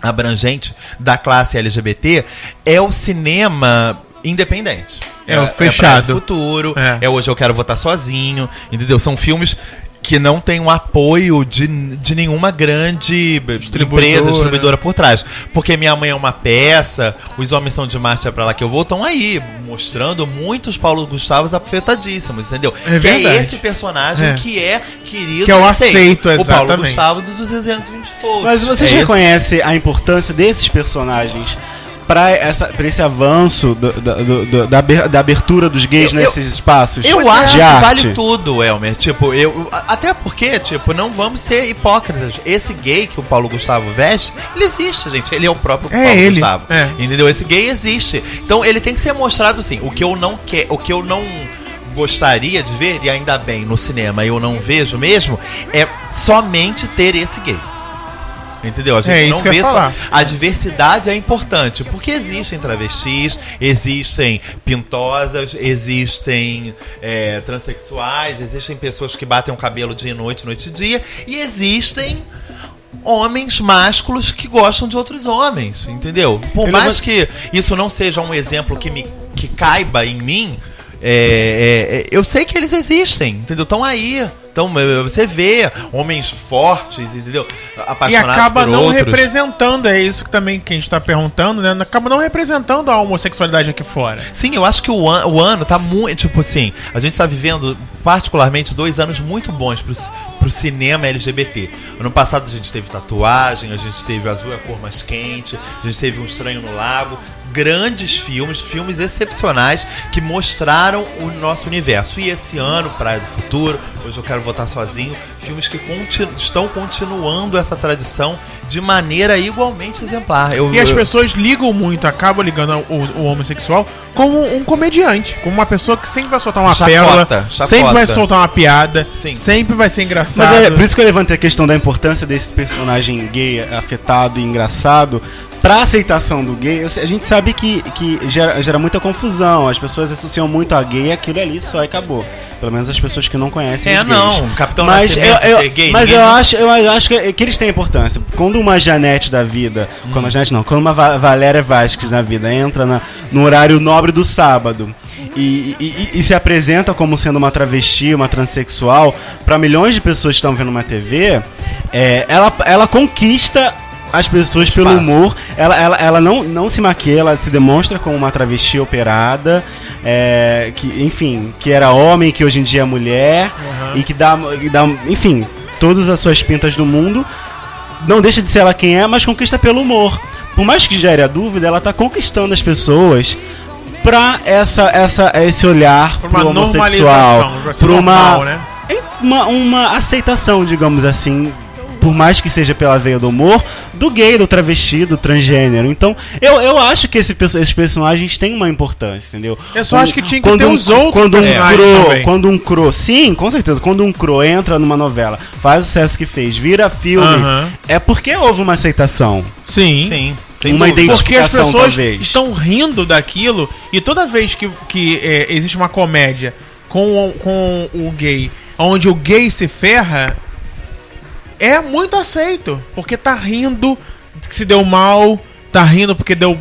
B: abrangente da classe LGBT, é o cinema independente.
A: É o
B: Praia do
A: fechado.
B: futuro,
A: É.
B: é. hoje eu quero votar sozinho, entendeu? São filmes que não tem um apoio de, de nenhuma grande
A: Distribuidora.
B: empresa, distribuidora por trás. Porque Minha Mãe é uma peça, Os Homens São de Marte é pra lá que eu vou, estão aí, mostrando muitos Paulo Gustavos afetadíssimos, entendeu?
A: É
B: que
A: verdade.
B: é esse personagem
A: É.
B: que é querido
A: Que é o
B: e
A: aceito,
B: O Paulo
A: exatamente.
B: Gustavo dos 220 volts.
C: Mas vocês
B: é esse
C: reconhecem a importância desses personagens pra, essa, pra esse avanço do- do- do- do- da, aber- da abertura dos gays
B: Eu- eu-
C: nesses espaços
B: Eu
A: é
C: de
B: acho que
C: arte.
B: vale tudo, Elmer. Tipo, eu. a- Até porque, tipo, não vamos ser hipócritas. Esse gay que o Paulo Gustavo veste, ele existe, gente. Ele é o próprio
A: É
B: Paulo
A: ele,
B: Gustavo.
A: é.
B: Entendeu? Esse gay existe. Então ele tem que ser mostrado sim. O que eu não quero. O que eu não gostaria de ver, e ainda bem no cinema eu não vejo mesmo, é somente ter esse gay. Entendeu? A gente
A: É isso
B: não
A: que eu
B: vê
A: ia
B: só.
A: falar.
B: A diversidade é importante, porque existem travestis, existem pintosas, existem é, transexuais, existem pessoas que batem o cabelo dia e noite, noite e dia, e existem homens másculos que gostam de outros homens, entendeu? Por
C: Eu
B: mais que isso não seja um exemplo que me que caiba em mim, é, é, é, eu sei que eles existem, entendeu? Estão aí. Então, você vê homens fortes, entendeu?
A: E
B: Apaixonados
A: acaba
B: por
A: não
B: outros.
A: representando, é isso que também que a gente tá perguntando, né? Acaba não representando a homossexualidade aqui fora.
B: Sim, eu acho que o, an- o ano tá muito. Tipo assim, a gente tá vivendo, particularmente, dois anos muito bons pro, ci- pro cinema LGBT. Ano passado a gente teve tatuagem, a gente teve Azul é a Cor Mais Quente, a gente teve Um Estranho no Lago. Grandes filmes, filmes excepcionais que mostraram o nosso universo. E esse ano, Praia do Futuro, Hoje Eu Quero Votar Sozinho, filmes que conti- estão continuando essa tradição de maneira igualmente exemplar. Eu,
A: E as
B: eu-
A: pessoas ligam muito, acabam ligando o, o homossexual como um comediante, como uma pessoa que sempre vai soltar uma
B: Chacota,
A: pérola,
B: chacota.
A: sempre vai soltar uma piada,
B: Sim.
A: sempre vai ser engraçado.
C: Mas é por isso que eu levantei a questão da importância desse personagem gay afetado e engraçado pra aceitação do gay. Eu sei- A gente sabe que, que gera, gera muita confusão. As pessoas associam muito a gay e aquilo ali só e acabou. Pelo menos as pessoas que não conhecem
B: É,
C: os gays.
B: não. Capitão
C: mas
B: Nascimento
C: eu, eu-
B: ser gay,
C: Mas
B: ninguém
C: eu
B: nunca
C: acho, eu, eu acho que, que eles têm importância. Quando uma Janete da vida.
B: Hum.
C: Quando uma Janete não, quando uma Va- Valéria Vasquez da vida entra na- no horário nobre do sábado e, e- e- e se apresenta como sendo uma travesti, uma transexual, pra milhões de pessoas que estão vendo uma TV, é, ela, ela conquista. As pessoas pelo
B: Espaço.
C: humor, ela, ela, ela não, não se maquia, ela se demonstra como uma travesti operada, é, que, enfim, que era homem, que hoje em dia é mulher, e que dá, que dá, enfim, todas as suas pintas do mundo. Não deixa de ser ela quem é, mas conquista pelo humor. Por mais que gere a dúvida, ela tá conquistando as pessoas pra essa, essa, esse olhar
A: Pra
C: pro
A: uma
C: homossexual,
A: normalização, pra ser
C: pra
A: normal,
C: uma,
A: né?
C: É uma, uma aceitação, digamos assim, por mais que seja pela veia do humor, do gay, do travesti, do transgênero. Então, eu, eu acho que esse, perso- esses personagens têm uma importância, entendeu?
A: Eu só acho que tinha que
C: quando
A: ter
C: um,
A: os outros
C: quando um
A: personagens
C: cro,
A: também.
C: Quando um cro, sim, com certeza, quando um cro entra numa novela, faz o sucesso que fez, vira filme,
A: Aham.
C: é porque houve uma aceitação.
A: Sim.
B: Sim.
C: Uma
B: dúvida.
C: identi-
A: Porque as
C: identificação,
A: pessoas
C: talvez.
A: estão rindo daquilo e toda vez que, que é, existe uma comédia com, o- com o gay, onde o gay se ferra, é muito aceito. Porque tá rindo que se deu mal, tá rindo porque deu.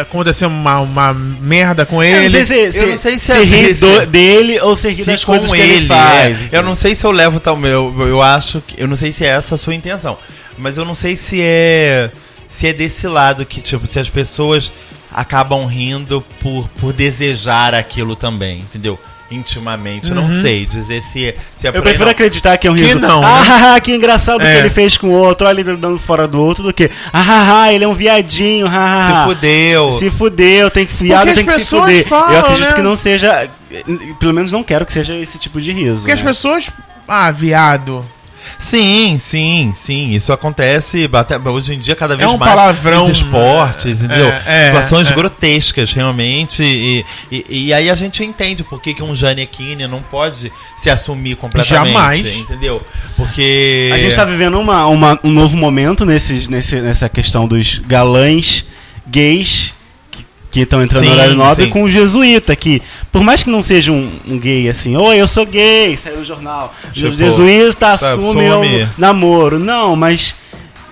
A: aconteceu uma, uma merda com
C: Eu não
A: ele.
C: sei se,
B: É, eu não sei se é
C: ri
B: desse-
C: do- dele ou se ri das
B: com
C: coisas que ele,
B: ele,
C: faz.
B: é. Eu não sei se eu levo tal meu, eu acho que eu não sei se é essa a sua intenção, mas eu não sei se é se é desse lado que tipo se as pessoas acabam rindo por por desejar aquilo também, entendeu? Intimamente, eu não sei dizer se é- se é por
C: Uhum. Eu
B: aí,
C: prefiro
B: não.
C: acreditar que é um
A: Que
C: riso.
A: não, né?
C: Ah, haha, que engraçado
A: É.
C: que ele fez com o outro. Olha ele dando fora do outro do que. Ah, haha, ele é um viadinho. Ah,
B: se
C: haha.
B: fudeu.
C: Se fudeu, tem que
A: Porque
C: fiado,
A: as
C: tem que se
A: pessoas
C: fuder.
A: falam,
C: Eu acredito
A: né?
C: que não seja. Pelo menos não quero que seja esse tipo de riso.
A: Porque as
C: né?
A: pessoas. Ah, viado.
B: Sim, sim, sim. Isso acontece até hoje em dia cada vez
A: um
B: mais.
A: palavrão,
B: Esses esportes,
A: né?
B: entendeu?
A: É, é,
B: Situações
A: é.
B: grotescas, realmente. E, e, e aí a gente entende por que, que um Janequine não pode se assumir completamente.
A: Jamais.
B: Entendeu? Porque.
C: A gente tá vivendo uma, uma- um novo momento nesses, nesse, nessa questão dos galãs gays que- que estão entrando
B: Sim,
C: no horário nobre
B: sim.
C: com o jesuíta, que por mais que não seja um, um gay assim, oi, eu sou gay, saiu no jornal,
B: Tipo,
C: o jesuíta assume,
B: assume.
C: o namoro. Não, mas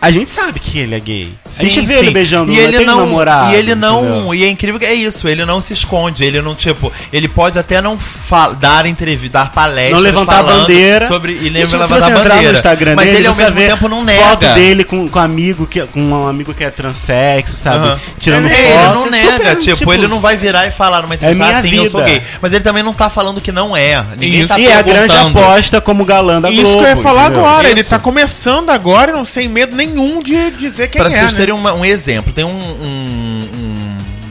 C: a gente sabe que ele é gay. a gente vê ele beijando,
B: e
C: né?
B: ele
C: tem um
B: não
C: namorado.
B: E ele não.
C: entendeu?
B: E é incrível que é isso. Ele não se esconde. Ele não, tipo. Ele pode até não fa- dar entrevista, dar palestra.
C: Não levantar a bandeira.
B: É Sobre, e
C: Isso,
B: levantar
C: se
B: a
C: você entrar
B: bandeira.
C: no Instagram
B: mas
C: dele,
B: ele ao
C: você vai
B: mesmo
C: ver
B: tempo não nega.
C: foto dele com, com, amigo que, com um amigo que é transexo, sabe?
B: Aham.
C: Tirando
B: É,
C: foto.
B: Ele não
C: É
B: nega,
C: super,
B: tipo, ele não vai virar e falar numa entrevista
C: É minha
B: assim, eu sou
C: vida."
B: gay. Mas ele também não tá falando que não é. Ninguém
A: Isso.
B: tá
C: e é a grande
B: perguntando.
C: aposta como galã da Globo.
A: Isso que eu ia falar
C: entendeu?
A: agora. Ele
B: Isso.
A: tá começando agora, e não sem medo nenhum de dizer quem
B: Pra
A: é.
B: vocês
A: né?
B: terem uma- um exemplo, tem um, um-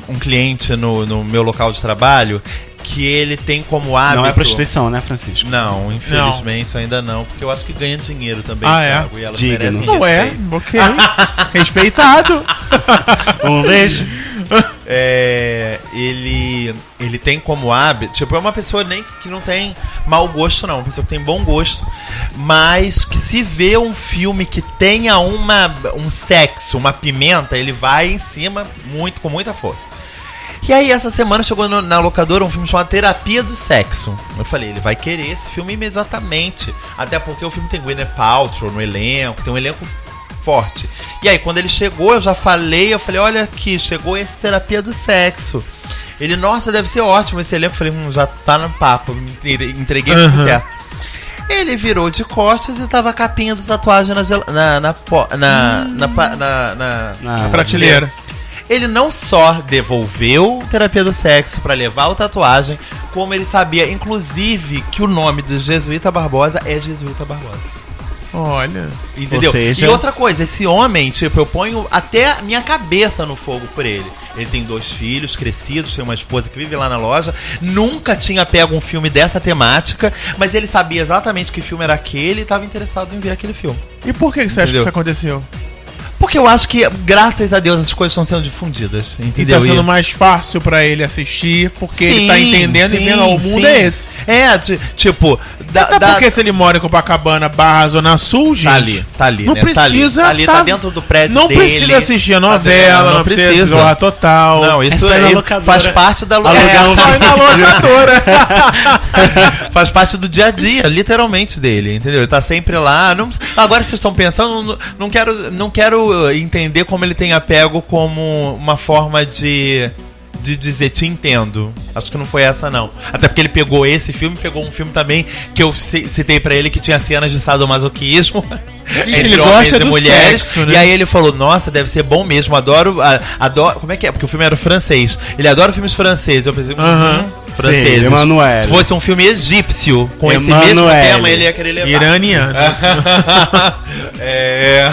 B: um cliente no, no meu local de trabalho que ele tem como hábito.
C: Não é prostituição, né, Francisco?
B: Não, infelizmente isso ainda não, porque eu acho que ganha dinheiro também,
A: Ah, é?
B: Thiago, e elas
C: Digno.
B: merecem
A: Não é,
B: respeito.
A: ok. Respeitado.
C: [LAUGHS] Um beijo.
B: É, ele ele tem como hábito, tipo, é uma pessoa nem que não tem mau gosto não, uma pessoa que tem bom gosto, mas que se vê um filme que tenha uma um sexo, uma pimenta, ele vai em cima muito com muita força. E aí, essa semana chegou no- na locadora um filme chamado Terapia do Sexo. Eu falei, ele vai querer esse filme imediatamente. Até porque o filme tem Gwyneth Paltrow no elenco, tem um elenco forte. E aí, quando ele chegou, eu já falei, eu falei, olha aqui, chegou esse Terapia do Sexo. Ele, nossa, deve ser ótimo esse elenco. Eu falei, hum, já tá no papo, me entre- entreguei tudo
A: Aham.
B: certo. Ele virou de costas e tava a capinha do tatuagem na, gel- na, na, po- na, na, pa- na, na,
C: Na
A: Prateleira.
B: ele não só devolveu terapia do sexo pra levar o tatuagem, como ele sabia, inclusive, que o nome do Jesuíta Barbosa é Jesuíta Barbosa.
A: Olha.
B: Entendeu?
C: Ou seja-
B: E outra coisa, esse homem, tipo, eu ponho até a minha cabeça no fogo por ele. Ele tem dois filhos crescidos, tem uma esposa que vive lá na loja. Nunca tinha pego um filme dessa temática, mas ele sabia exatamente que filme era aquele e tava interessado em ver aquele filme.
A: E por que que você acha que
B: Entendeu?
A: isso aconteceu?
B: Porque eu acho que, graças a Deus, essas coisas estão sendo difundidas.
A: E
B: Entendeu?
A: tá sendo
B: E-
A: mais fácil pra ele assistir, porque ele
B: Sim,
A: tá entendendo e
B: sim,
A: vendo, ó, o mundo
B: sim.
A: é esse.
B: É, ti- tipo, da,
A: Até
B: da-
A: porque se ele mora em Copacabana, barra Zona Sul, gente.
B: tá ali, tá ali,
A: Não
B: né?
A: precisa.
B: tá ali, tá ali, tá dentro do prédio
A: Não
B: dele.
A: precisa assistir a
B: Tá dentro-
A: novela, não, precisa assistir Zorra Total.
B: Não, isso
C: só ir na
B: aí
C: é locadora.
B: faz parte da
C: Alugar
B: é,
C: um
B: só ir na
A: Alô, locadora.
B: [LAUGHS] faz parte do dia a dia, literalmente dele, entendeu? Ele tá sempre lá. Não- agora vocês estão pensando, não, não quero, não quero eh, entender como ele tem apego como uma forma de de dizer te entendo. Acho que não foi essa não. Até porque ele pegou esse filme, pegou um filme também que eu ci- citei pra ele que tinha cenas de sadomasoquismo [LAUGHS]
A: Gente, ele gosta do sexo, né?
B: E aí ele falou: "Nossa, deve ser bom mesmo. Adoro, a- adoro. Como é que é? Porque o filme era francês. Ele adora filmes franceses. Eu pensei,
A: Aham.
B: "Hum, franceses.
C: Sim, Emanuele.
B: Se fosse um filme egípcio com esse mesmo
C: Emanuele.
B: tema, [LAUGHS] ele É, ia querer levar.
A: Iraniana. [LAUGHS]
B: é.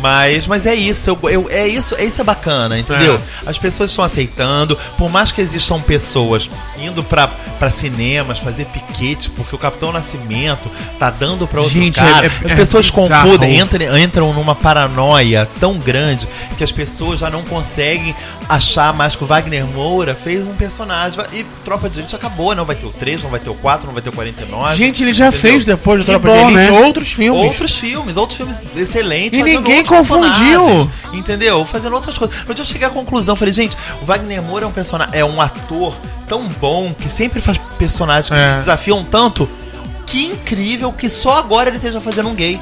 B: Mas, mas é isso, eu, eu- é isso, é isso é bacana, entendeu?
A: É.
B: As pessoas estão aceitando, por mais que existam pessoas indo pra, pra cinemas fazer piquete, porque o Capitão Nascimento tá dando pra outro
A: Gente,
B: cara.
A: é- é-
B: as pessoas
A: é bizarro.
B: confundem, entram, entram numa paranoia tão grande que as pessoas já não conseguem achar mais que o Wagner Moura fez um personagem. E Tropa de Elite acabou, não vai ter o 3, não vai ter o 4, não vai ter o 49.
A: Gente, ele já
B: Entendeu?
A: fez depois do
C: Que
A: Tropa
C: bom,
A: de Elite
C: né?
A: outros filmes.
B: Outros filmes, outros filmes excelentes.
A: E
B: fazendo
A: ninguém
B: outros
A: confundiu.
B: personagens, Entendeu? Fazendo outras coisas. Mas eu cheguei à conclusão, falei, gente, o Wagner Moura é um personagem, é um ator tão bom que sempre faz personagens que
A: É.
B: se desafiam tanto. Que incrível que só agora ele esteja fazendo um gay.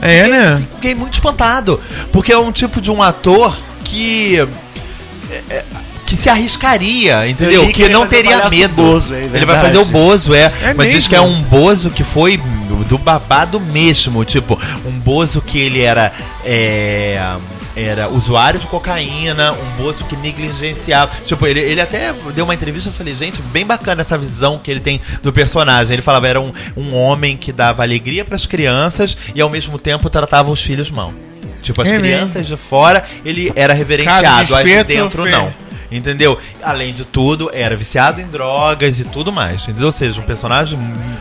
A: É, né?
B: Fiquei muito espantado. Porque é um tipo de um ator que. é, é, que se arriscaria,
C: Eu
B: entendeu?
C: li que
B: Que
C: ele
B: não
C: vai fazer o
B: teria
C: palhaço
B: medo.
C: Bozo, é
B: ele vai
C: verdade.
B: fazer o Bozo, é.
A: É
B: mas diz
A: mesmo?
B: que é um Bozo que foi do babado mesmo. Tipo, um Bozo que ele era. é, era usuário de cocaína, um bozo que negligenciava. Tipo, ele, ele até deu uma entrevista eu falei, gente, bem bacana essa visão que ele tem do personagem. Ele falava, era um, um homem que dava alegria pras crianças e ao mesmo tempo tratava os filhos mal. Tipo, as
A: É mesmo.
B: crianças de fora, ele era
A: Cara de
B: reverenciado, as de
A: espeto,
B: dentro
A: feio.
B: não. Entendeu? Além de tudo, era viciado em drogas e tudo mais. Entendeu? Ou seja, um personagem.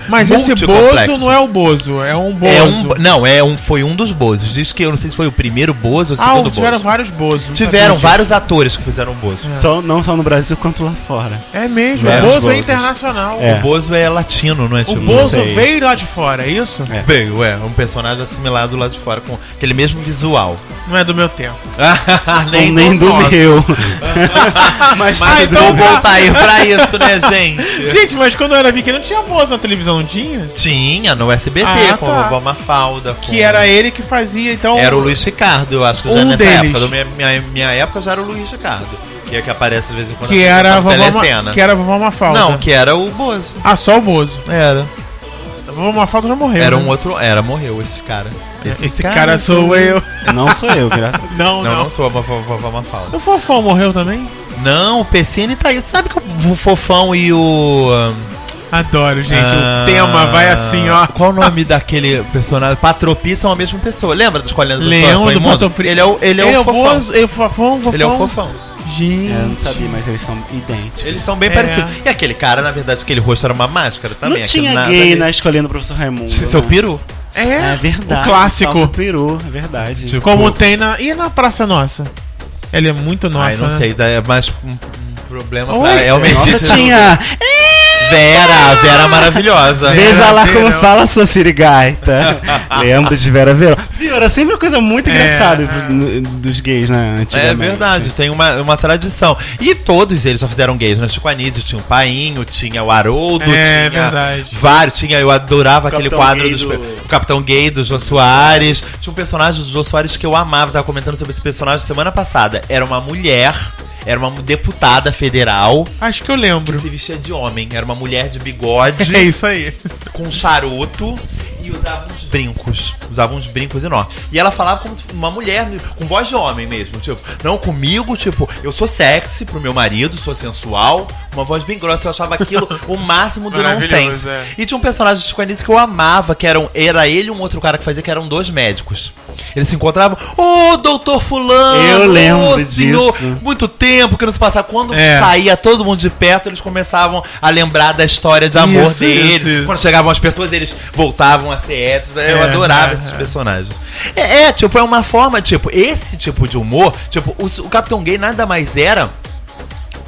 A: Mas esse Bozo não é o Bozo, é um Bozo.
B: É um, não, é um, foi um dos Bozos. Diz que eu não sei se foi o primeiro Bozo ou o
A: ah,
B: segundo
A: tiveram
B: Bozo.
A: vários Bozos.
B: Tiveram vários atores que fizeram o Bozo.
C: Só, não só no Brasil quanto lá fora.
A: É mesmo, o
C: Vários
A: Bozo é
C: Bozos.
A: internacional.
C: É.
B: O Bozo é latino, não é?
A: O
B: tipo-
A: Bozo
C: sei.
A: veio lá de fora, é isso?
C: É.
B: Bem, ué, um personagem assimilado lá de fora com aquele mesmo visual. [LAUGHS]
A: Não é do meu tempo.
C: Ou nem do,
B: nosso. [LAUGHS]
C: meu. Mas
B: Mas
A: Ah,
C: tudo
B: então
C: bem.
A: tá.
B: voltar aí pra isso, né,
A: [LAUGHS]
B: gente?
A: Gente, mas quando eu era pequeno não tinha Bozo na televisão, não tinha?
B: Tinha no SBT,
A: Ah,
B: com
A: tá.
B: a vovó Mafalda. Com...
A: Que era ele que fazia, então.
B: Era o Luiz Ricardo, eu acho que já
A: Um
B: nessa
A: deles.
B: época. da minha, minha, minha época já era o Luiz Ricardo. Que é que aparece de vez em quando.
A: Que era, a
B: na
A: vovó
B: telecena.
A: Ma... que era a vovó Mafalda.
B: Não, que era o Bozo.
A: Ah, só o Bozo.
B: Era.
A: A vovó Mafalda já morreu.
B: Era
A: né?
B: um outro. Era, morreu esse cara.
A: Esse, cara, sou eu.
C: Não sou eu, graças a Deus.
A: Não,
B: Não,
A: não.
B: não sou a vovó vovó Mafalda.
A: O Fofão morreu também?
B: Não, o PCN tá aí. Sabe que o Fofão e o.
A: Adoro, gente.
B: Ah,
A: O tema vai assim, ó.
B: Qual o nome daquele personagem? Patropi são a mesma pessoa. Lembra dos colinhas
A: Leão
B: Sol,
A: do
B: Raimundo?
A: Patropi.
B: Ele é o, ele é o Fofão.
A: Bozo, ele é o Fofão, Fofão.
B: Ele é o Fofão.
A: Gente.
C: É, eu não sabia, mas eles são idênticos.
B: Eles são bem
A: É.
B: parecidos. E aquele cara, na verdade, aquele rosto era uma máscara também.
C: não
B: aquilo
C: tinha
B: nada
C: gay
B: ali.
C: na escolinha do professor Raimundo.
B: Seu
C: né?
B: peru?
A: É,
C: É verdade.
A: O
C: Salva o
A: clássico.
C: peru, é verdade.
B: Tipo,
A: Como tem na. E na Praça Nossa? Ele é muito nossa.
B: Ai, não
A: né?
B: sei, é mais um, um problema
A: Oi,
B: pra Elmer
C: Nossa,
B: Dias.
C: tinha.
B: [LAUGHS] Vera, a Vera é maravilhosa.
C: Veja lá
A: Vera
C: como
A: Verão.
C: fala sua sirigaita. Lembro de Vera Verão. Viu, era sempre uma coisa muito
A: É.
C: engraçada pros- no- dos gays, né?
B: É
C: antigamente.
B: verdade, tem uma, uma tradição. E todos eles só fizeram gays, né? Chico Anísio, tinha o Painho, tinha o Haroldo,
A: É,
B: tinha
A: verdade.
B: vários, tinha, eu adorava aquele
C: Capitão
B: quadro
C: gay
B: dos,
C: do-
B: o Capitão Gay do Jô Soares. Tinha um personagem do Jô Soares que eu amava, eu tava comentando sobre esse personagem semana passada. Era uma mulher, era uma deputada federal
A: Acho que eu
B: que
A: lembro.
B: se vestia de homem, era uma mulher de bigode
A: [LAUGHS] É isso aí.
B: com um charuto e usava uns brincos. Usava uns brincos enormes. E ela falava como se fosse uma mulher, com voz de homem mesmo. Tipo, não comigo, tipo, eu sou sexy pro meu marido, sou sensual. Uma voz bem grossa, eu achava aquilo o máximo do
A: Maravilhoso,
B: nonsense.
A: é.
B: E tinha um personagem de Anísio que eu amava, que eram, era ele e um outro cara que fazia, que eram dois médicos. Eles se encontravam, ô, doutor fulano!
C: Eu lembro
B: ô, senhor,
C: disso.
B: Muito tempo que não se passava. Quando
A: É.
B: saía todo mundo de perto, eles começavam a lembrar da história de amor
A: Isso,
B: deles.
A: isso, isso.
B: Quando chegavam as pessoas, eles voltavam a ser héteros. Eu
A: É,
B: adorava
A: é,
B: esses
A: é.
B: personagens. É, é, tipo, é uma forma, tipo, esse tipo de humor, tipo, o, o Capitão Gay nada mais era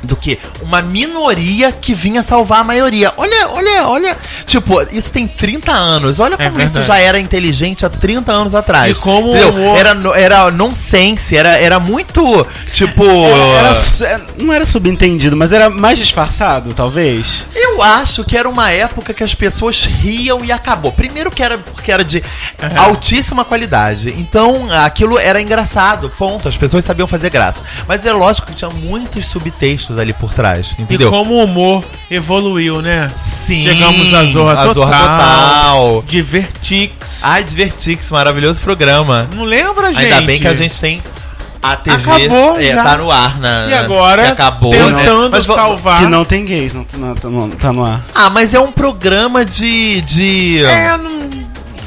B: do que uma minoria que vinha salvar a maioria. Olha, olha, olha. Tipo, isso tem 30 anos. Olha como isso
A: É verdade.
B: já era inteligente há 30 anos atrás.
A: E como o
B: Entendeu?
A: humor-
B: Era, no- era nonsense, era, era muito, tipo...
C: É, era su- é, não era subentendido, mas era mais disfarçado, talvez.
B: Eu acho que era uma época que as pessoas riam e acabou. Primeiro que era porque era de altíssima qualidade. Então aquilo era engraçado, ponto. As pessoas sabiam fazer graça. Mas é lógico que tinha muitos subtextos ali por trás, entendeu?
A: E como o humor evoluiu, né?
B: Sim,
A: Chegamos à Zorra
B: à
A: Total.
B: Total.
A: Divertix.
B: Ai, Divertix, maravilhoso programa.
A: Não lembra, gente?
B: Ainda bem que a gente tem a TV.
A: Acabou
B: é,
A: já.
B: tá no ar, na,
A: E agora,
B: que acabou, né?
A: tentando
B: Mas vo-
A: salvar...
C: Que não tem gays, não, não- tá no- tá no ar.
B: Ah, mas é um programa de. de...
A: É, não...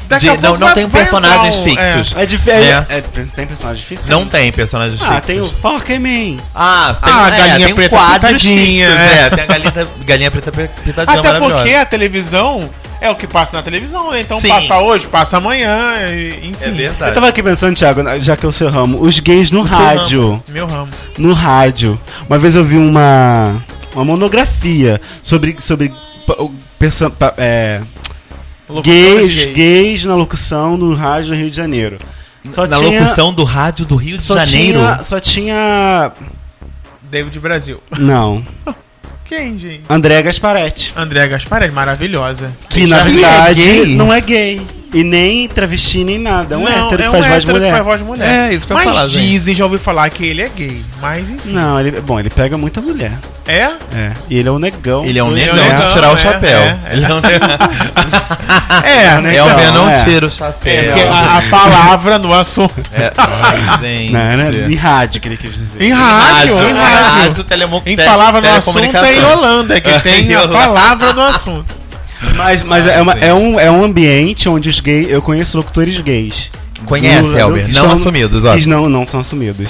A: daqui
B: De-
A: a
B: não-
A: pouco
B: não
A: vai-
B: tem
A: vai
B: personagens
A: entrar um-
B: fixos.
C: É diferente.
B: É.
C: É, tem personagem difícil?
B: Não tem personagens
C: Ah,
B: fixos.
C: tem o Foca em mim.
B: Ah, tem,
A: Ah, a galinha
B: tem
A: preta
B: quadros
A: pintadinha, [LAUGHS]
B: fixos,
A: é.
B: É. tem a galinha, galinha preta pe- pintadinha
A: Até
B: maravilhosa.
A: porque a televisão é o que passa na televisão, né? Então
B: Sim.
A: passa hoje, passa amanhã, e- enfim.
B: É verdade.
C: Eu tava aqui pensando, Thiago, já que é o seu ramo, os gays no
A: Seu
C: rádio.
A: é ramo, Meu ramo.
C: no rádio. Uma vez eu vi uma, uma monografia sobre, sobre pa- o perso- pa- é,
A: Locutores
C: gays, gays. na locução no rádio do Rio de Janeiro. Só
B: Na
C: tinha,
B: locução do rádio do Rio de
C: só
B: Janeiro.
C: Tinha, só tinha.
A: David Brasil.
C: Não.
A: Quem, gente?
C: André Gasparetti.
A: André Gasparelli, maravilhosa.
C: Que na
B: Ele
C: verdade
B: é gay?
C: não é gay. E nem travesti, nem nada. É um hétero que faz voz de
A: hétero
C: mulher.
A: que faz voz de mulher.
B: É, isso que eu ia
A: mas
B: falar, gente.
A: dizem, já ouvi falar que ele é gay. Mas enfim.
C: Não, ele, bom, ele pega muita mulher.
A: É?
C: É. E ele é um negão.
B: Ele é um
A: Ele é um
B: negão de
A: negão,
B: tirar o
A: é,
B: chapéu.
A: é, é.
B: [LAUGHS] Ele é um negão.
A: É,
C: né?
B: É o
C: Então,
B: menor
C: é.
B: tira o chapéu.
A: Porque a, a palavra no assunto. [LAUGHS]
B: É, ai, gente.
C: Não, né? Em rádio que ele quis dizer.
A: Em rádio, em rádio.
B: telemo-
A: Em
B: te-
A: palavra no assunto é em
B: telecomunicações.
A: Holanda,
B: [LAUGHS]
A: que tem a palavra no assunto.
C: Mas, mas é, uma- é um, é um ambiente onde os gays. Eu conheço locutores gays.
B: Conhece,
C: Do- do-
B: Elber.
C: que
B: Não
C: são-
B: assumidos, ó.
C: Que não, não são assumidos.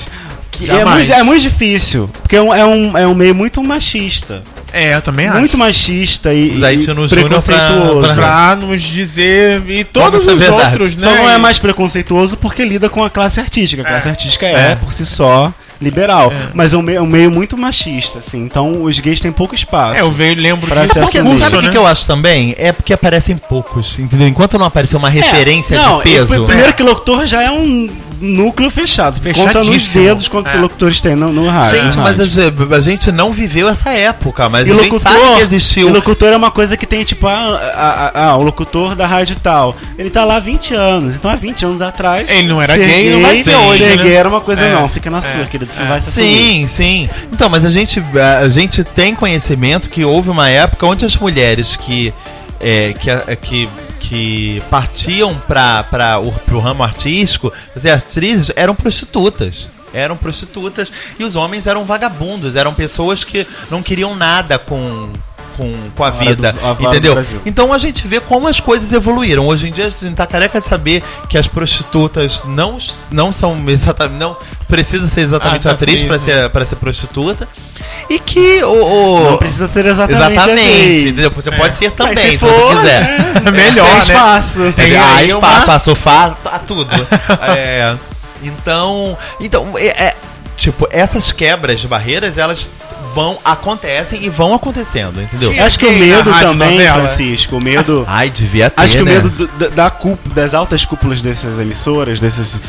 C: Que é,
A: Jamais.
C: muito, é muito difícil. Porque é um, é, um, é um meio muito machista.
A: É, eu também acho.
C: muito machista e,
B: Os haitianos Júnior pra- né?
C: preconceituoso.
A: pra nos dizer e todos
B: Como essa
A: os
B: verdade.
A: outros, né?
C: Só não é mais preconceituoso porque lida com a classe artística. A classe artística é,
B: É.
C: por si só, liberal. Mas é um meio, é um meio muito machista, assim. Então os gays têm pouco espaço.
A: É, eu vejo, lembro
C: Pra
A: que
C: ser
B: Porque,
C: assumido.
A: curso,
B: sabe o que
A: né?
B: que eu acho também? É porque aparecem poucos, entendeu? Enquanto não aparecer uma referência
C: É, não,
B: de peso.
C: e pr- Primeiro que locutor já é um núcleo fechado. Você Conta nos
A: Fechadíssimo.
C: dedos quanto
A: É.
C: que locutores tem no, no rádio.
B: Gente,
C: no
B: mas a,
C: rádio.
B: ge- a gente não viveu essa época, mas
C: é E
B: a gente sabe
C: locutor,
B: que
C: e
B: existiu.
C: locutor é uma coisa que tem, tipo, ah, ah, ah, ah, o locutor da rádio tal. Ele tá lá há 20 anos, então há 20 anos atrás.
A: Ele não É, era gay, não vai ser
C: sim.
A: hoje,
C: Ser
A: né?
C: gay [LAUGHS] era uma coisa,
A: É,
C: não. Fica na sua,
A: é,
C: querido. Você não vai se assumir.
B: Sim, sim. Então, mas a gente, a gente tem conhecimento que houve uma época onde as mulheres que é, que, a- que, que partiam para o pro ramo artístico, quer dizer, atrizes, eram prostitutas. Eram prostitutas e os homens eram vagabundos, eram pessoas que não queriam nada com, com, com a
C: A hora
B: vida,
C: do- a hora do
B: entendeu?
C: Brasil.
B: Então a gente vê como as coisas evoluíram. Hoje em dia a gente tá careca de saber que as prostitutas não, não são exatamente. Não precisa ser exatamente
D: Ah, tá
B: atriz pra
D: preso.
B: ser, pra ser prostituta. E que o. o-
C: Não precisa ser exatamente.
B: exatamente.
C: Exatamente.
B: entendeu? Você pode ser
C: Mas
B: também, se,
C: se for,
B: você quiser.
A: É melhor,
C: Tem
A: né?
C: espaço.
A: Tem
B: Tem ah,
A: aí
B: espaço,
A: uma-
B: a sofá, a
C: [LAUGHS]
B: tudo. É, então, então é, é, tipo, essas quebras de barreiras, elas vão acontecem e vão acontecendo, entendeu?
C: Acho que o
A: Tem
C: medo
A: na rádio
C: também,
A: novela.
C: Francisco, o medo.
B: Ai, devia ter,
C: Acho que o
B: né?
C: medo do- da- da cúp- das altas cúpulas dessas emissoras, desses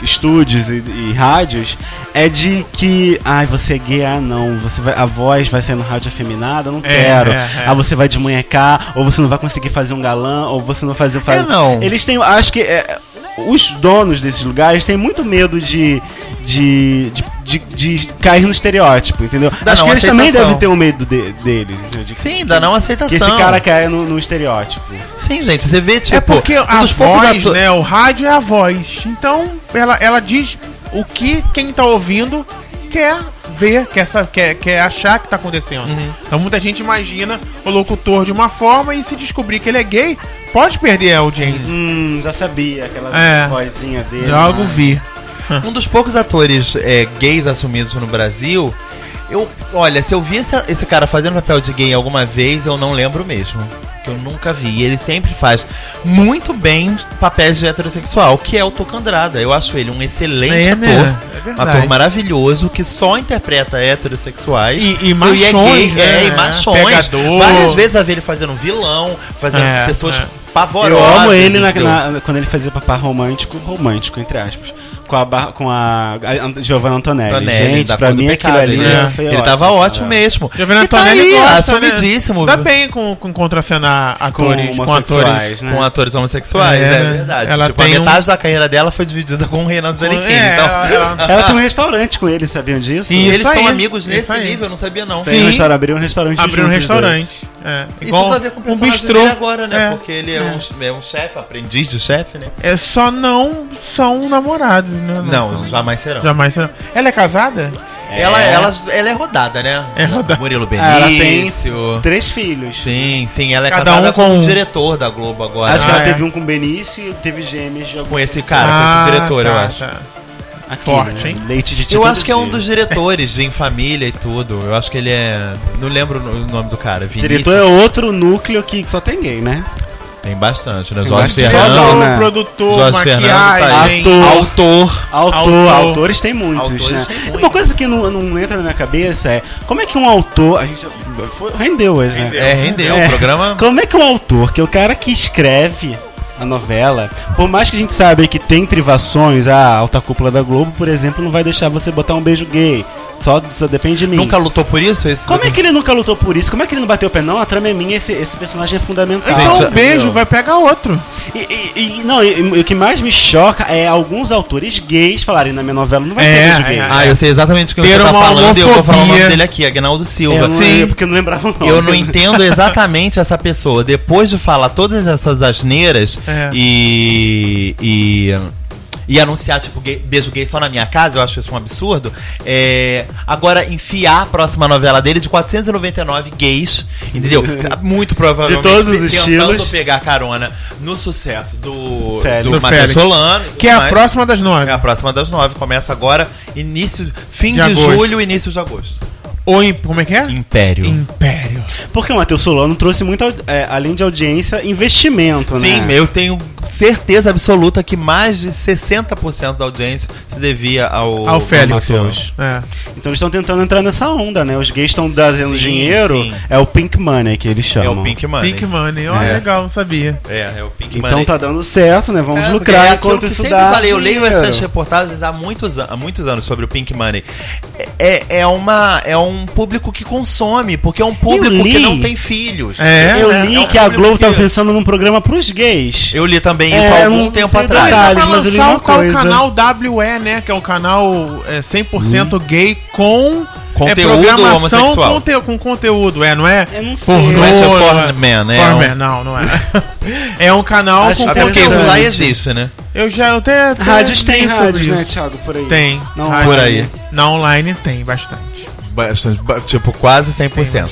C: estúdios e, e rádios, é de que, ai, você é gay, ah, não, você vai- a voz vai ser no rádio afeminada, eu não quero.
A: é, é.
C: Ah, você vai desmunhecar, ou você não vai conseguir fazer um galã, ou você não vai fazer...
B: É, não.
C: Eles têm, acho que... é, os donos desses lugares têm muito medo de, de, de, de- de cair no estereótipo, entendeu?
B: Da
C: acho
B: Ah, não
C: que eles também
B: aceitação.
C: devem ter o medo de- deles, entendeu? De-
B: Sim, da não
C: que
B: aceitação.
C: esse cara caia no- no estereótipo.
B: Sim, gente, você vê, tipo...
A: É porque
B: um
A: a
B: dos poucos
A: voz,
B: ato-
A: né? O rádio é a voz. Então, ela, ela diz o que quem tá ouvindo quer ver, quer, sa- quer, quer achar que tá acontecendo. Então, muita gente imagina o locutor de uma forma e se descobrir que ele é gay, pode perder a audiência.
C: Hum, já sabia aquela
A: É.
C: vozinha dele.
A: Logo
C: né?
A: vi.
B: Um dos poucos atores é, gays assumidos no Brasil... Eu, olha, se eu vi esse, esse cara fazendo papel de gay alguma vez, eu não lembro mesmo. Que eu nunca vi. E ele sempre faz muito bem papéis de heterossexual, que é o Tocandrada. Eu acho ele um excelente
A: É,
B: ator.
A: né? É
B: um
A: verdade.
B: ator maravilhoso, que só interpreta heterossexuais.
A: E- e
B: é gay,
A: machões, né?
B: é, e machões.
A: Pegador.
B: Várias vezes eu vi ele fazendo vilão, fazendo
A: É,
B: pessoas
A: é.
B: pavorosas.
C: Eu amo ele na-
B: entendeu?
C: na- quando ele fazia papá romântico, romântico, entre aspas. Com a, Bar- com a, a Ant- Giovanna Antonelli.
B: Antonelli,
C: É, Gente,
B: da
C: pra
B: Cor do
C: mim
B: Pecado,
C: aquilo ali é,
B: né?
C: foi né?
B: Ele tava ótimo
C: cara.
B: mesmo.
A: Giovanna
B: E tá
A: Antonelli
B: aí,
A: gosta, né?
B: assumidíssimo.
A: Se dá bem com, com contracenar
C: Com,
A: atores, com, atores.
C: homossexuais, né?
B: Com atores homossexuais,
A: É,
B: é,
A: né?
B: verdade.
A: Ela
B: tipo, a
A: tem um-
B: metade da carreira dela foi dividida com o Reinaldo Giannichini.
A: É,
B: então...
A: ela- ela-
C: Ela tem um restaurante com ele, sabiam disso?
B: E
A: Isso
B: eles são
A: aí,
B: amigos
A: isso
B: nesse
A: aí.
B: nível, eu não sabia não.
C: Tem
A: Sim.
C: um restaurante, abriu um
A: [LAUGHS]
C: restaurante
A: Abriu um
C: junto, os dois.
A: restaurante. É,
B: E
A: igual
B: tudo a ver com o
A: um
B: personagem
A: bistrô.
B: dele agora, né?
A: É.
B: Porque ele é,
A: É.
B: Um, é um chefe, aprendiz de chefe, né?
A: É só não são namorados, né?
B: Tá Não,
A: são-
B: jamais serão.
A: jamais serão. Ela é casada?
B: Ela, ela, ela é rodada, né?
A: É rodada.
B: Murilo
C: Ah, Ela tem
B: Benício.
C: três filhos.
B: Sim, sim, ela é
A: Cada
B: casada
A: um
B: com...
A: com-
B: o diretor da Globo agora.
C: Acho que
A: Ah,
C: ela
A: é.
C: teve um com o Benício e teve gêmeos de algum...
B: Com esse cara, com esse diretor, eu
A: tá,
B: acho.
A: tá.
C: Aqui,
A: forte,
C: né?
A: hein?
C: Leite de
B: Eu
C: todo
B: acho que é um
C: dia.
B: dos diretores de Em Família e tudo. Eu acho que ele é. Não lembro o nome do cara. Vinícius.
C: Diretor é outro núcleo que só tem gay, né?
B: Tem bastante, né?
C: Tem
B: Jorge
C: bastante.
B: Fernando.
C: Só não, né?
A: um produtor,
B: Jorge Fernando tá aí.
A: maquiagem.
C: Ator.
B: Autor.
C: Autor,
A: Autor.
C: autores tem muitos,
B: Autores
C: né?
B: tem muitos.
C: Uma coisa que não, não entra na minha cabeça é como é que um autor. A gente foi- rendeu hoje, né?
B: É, rendeu.
C: É.
B: O programa.
C: Como é que um autor, que é o cara que escreve a novela, por mais que a gente saiba que tem privações, ah, a alta cúpula da Globo, por exemplo, não vai deixar você botar um beijo gay. Só, só depende de mim.
B: Nunca lutou por isso? Esse
C: Como é que ele nunca lutou por isso? Como é que ele não bateu o pé? Não, a trama é minha, esse, esse personagem é fundamental.
A: Então
B: Gente,
A: um beijo,
C: entendeu?
A: vai pegar outro.
C: E, e- e- não, e- e o que mais me choca é alguns autores gays falarem na minha novela, não vai
A: É,
C: ter beijo
A: é,
C: gay.
A: é.
B: Ah, eu sei exatamente o que você
A: Ter
B: tá
A: uma
B: falando e eu vou falar o nome
A: homofobia.
B: dele aqui, Agnaldo Silva.
C: Eu não,
A: Sim.
C: é porque eu não lembrava o nome.
B: Eu não entendo exatamente essa pessoa. Depois de falar todas essas asneiras
A: É.
B: e. e. e anunciar, tipo, gay- beijo gay só na minha casa, eu acho isso um absurdo. É, agora, enfiar a próxima novela dele de 499 gays, entendeu? Muito provavelmente.
C: De todos os
B: tentando
C: estilos.
B: pegar carona no sucesso do,
C: Félix.
B: do
C: Do
B: Matheus
A: Félix.
B: Solano. e tudo
A: Que é a
B: mais.
A: próxima das nove.
B: É a próxima das nove. Começa agora, início, fim de,
A: De agosto.
B: julho, início de agosto.
A: Ou em, como é que é?
B: Império.
A: Império.
C: Porque o Matheus Solano trouxe muito, au- é, além de audiência, investimento, né?
B: Sim, eu tenho certeza absoluta que mais de 60% da audiência se devia ao,
A: Ao Ah, Félix.
B: Matheus.
A: É.
C: Então eles estão tentando entrar nessa onda, né? Os gays estão trazendo
B: Sim,
C: dinheiro,
B: sim.
C: é o pink money que eles
B: É
C: chamam.
B: o Pink Money.
A: Pink Money. Ó,
C: É.
A: legal, não sabia.
B: É, é o Pink
C: Então
B: Money.
C: tá dando certo, né? Vamos
B: É, porque
C: lucrar
B: é aquilo
C: enquanto
B: que
C: isso
B: sempre
C: dá.
B: falei, eu leio
C: dinheiro.
B: essas reportagens há muitos, an- há muitos anos sobre o Pink Money. É, é, é uma, é um público que consome, porque é um público que
C: li-
B: não tem filhos.
A: É,
C: Eu
A: né?
C: li
B: É um
C: que a
B: público
C: Globo
B: que-
C: tava pensando num programa pros gays.
B: Eu li também isso
C: É,
B: há algum
C: não
B: tempo
C: sei
B: atrás.
C: detalhes.
A: Pra
C: mas eu li
A: lançar
C: uma
A: o, ca- o
C: coisa.
A: canal WE, né? Que é o canal é, 100%
C: Hum.
A: gay com
B: Conteúdo
A: é, programação
B: homossexual.
A: conte- com conteúdo, é, não é?
C: Eu não sei.
A: Pornô,
B: Não é tipo
A: não é?
B: Forman, é
A: Forman,
B: um-
A: não, não é. [LAUGHS] é um canal
C: Acho
A: com
B: Até porque isso
A: conteúdo.
B: lá
C: Interessante.
B: existe, né?
A: Eu já eu até, até
C: Rádios
A: li
C: tem
A: sobre
C: rádios,
A: isso.
C: né, Thiago? Por aí.
A: Tem.
C: Não,
A: rádio.
B: por aí. [LAUGHS]
A: Na online tem bastante.
B: Bastante, ba- tipo, quase 100%.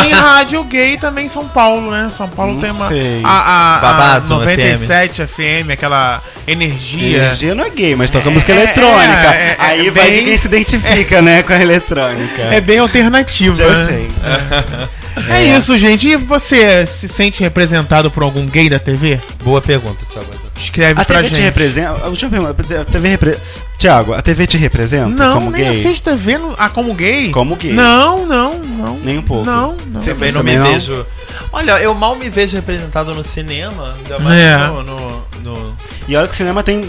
A: Tem rádio gay também em São Paulo, né? São Paulo
C: Não
A: tem uma.
C: sei.
A: A, a, a
B: Babado,
A: 97 FM. aquela energia.
C: Energia não é gay, mas toca música
A: É,
C: eletrônica.
A: é, é,
C: Aí
A: é
C: vai
A: bem-
C: de quem se identifica, né, com a eletrônica.
A: É bem alternativa.
C: eu
A: né?
C: sei.
A: É isso, gente. E você se sente representado por algum gay da TV?
B: Boa pergunta, Thiago.
A: Escreve
C: A
A: pra
C: TV
A: gente.
C: te representa. Ah, Deixa eu perguntar. A TV repre... Tiago, a TV te representa
A: Não,
C: como
A: nem
C: gay?
A: assisto TV no... ah, como gay.
C: Como gay.
A: Não, não, não.
C: Nem um pouco.
A: Não, não.
C: Você
B: Também
C: pensa
B: não me
C: também não?
B: vejo. Olha, eu mal me vejo representado no cinema, ainda mais
A: É.
B: no, no- no-
C: E olha que o cinema tem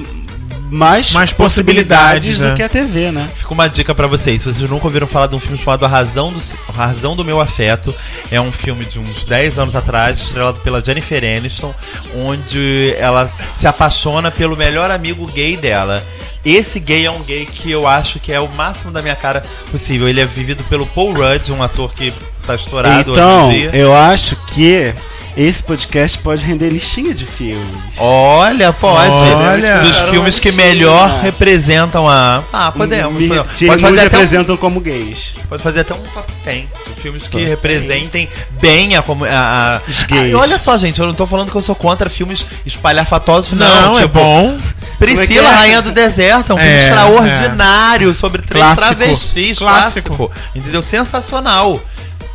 C: mais,
A: Mais possibilidades,
C: possibilidades
A: né?
C: do que a TV, né?
B: Fica uma dica pra vocês. Se vocês nunca ouviram falar de um filme chamado A Razão do, A Razão do Meu Afeto, é um filme de uns 10 anos atrás, estrelado pela Jennifer Aniston, onde ela se apaixona pelo melhor amigo gay dela. Esse gay é um gay que eu acho que é o máximo da minha cara possível. Ele é vivido pelo Paul Rudd, um ator que tá estourado
C: Então,
B: hoje em dia.
C: eu acho que esse podcast pode render listinha de filmes.
B: Olha, pode.
A: Olha.
B: Dos
C: Cara,
B: filmes que
C: imagina.
B: melhor representam a. Ah, podemos.
C: Me,
B: podemos.
C: te-
B: Pode,
C: nos
B: fazer até um,
C: representam como gays.
B: pode fazer até um top 10. de Filmes que
C: Top
B: representem bem a. comu- a, a-
C: Os gays.
B: Ah, olha só, gente, eu não tô falando que eu sou contra filmes espalhafatosos, não. Tipo,
A: Não, é bom.
C: Como é que
B: Priscila,
C: é?
B: Rainha do Deserto, é um filme
A: É,
B: extraordinário sobre três
A: Clássico.
B: travestis.
A: Clássico.
B: Clássico. Entendeu? Sensacional.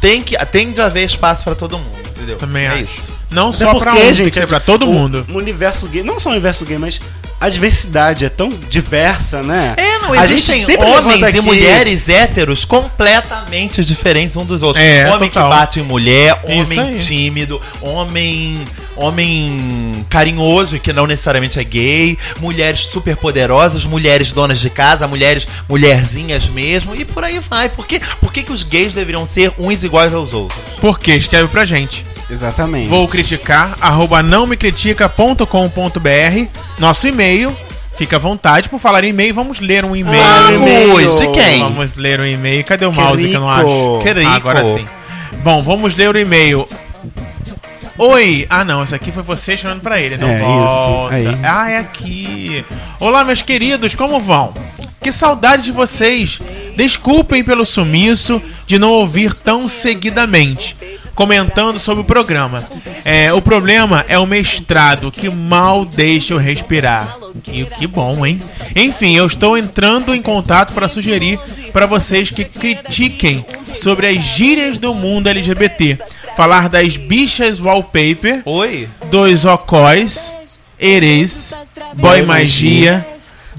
B: Tem que, tem de haver espaço pra todo mundo, entendeu?
A: Também
B: é
A: acho.
B: isso.
A: Não
C: Até
A: só pra um, tem que
C: é
A: ser pra todo
C: o-
A: mundo.
C: O universo gay, não só o universo gay, mas a diversidade é tão diversa, né?
B: É, não
C: A
B: existem
C: gente sempre
B: homens
C: levanta
B: e
C: aqui-
B: mulheres héteros completamente diferentes um dos outros.
A: É,
B: homem
A: total.
B: que bate em mulher,
A: Isso
B: homem
A: aí.
B: tímido, homem homem carinhoso e que não necessariamente é gay, mulheres super poderosas, mulheres donas de casa, mulheres mulherzinhas mesmo e por aí vai. Por que, por que, que os gays deveriam ser uns iguais aos outros?
A: Por quê? Escreve pra gente.
C: Exatamente.
A: Vou criticar, arroba não me critica.com.br, nosso e-mail. Fica à vontade por falar em e-mail, vamos ler um e-mail.
C: Ah, e-mail.
B: Amigos, de quem?
A: Vamos ler o e-mail. Cadê o
C: Que
A: mouse que eu não acho?
C: rico.
B: Que rico.
A: Ah, agora sim. Bom, vamos ler o e-mail. Oi! Ah não, esse aqui foi você chamando pra ele, não
C: É, isso.
A: volta.
C: Aí.
A: Ah, é aqui. Olá, meus queridos, como vão? Que saudade de vocês! Desculpem pelo sumiço de não ouvir tão seguidamente. Comentando sobre o programa. É, o problema é o mestrado que mal deixa eu respirar. E que bom, hein? Enfim, eu estou entrando em contato para sugerir para vocês que critiquem sobre as gírias do mundo LGBT. Falar das bichas wallpaper
B: Oi?
A: dois ocóis, Eres, Boy
C: Boy
A: Magia,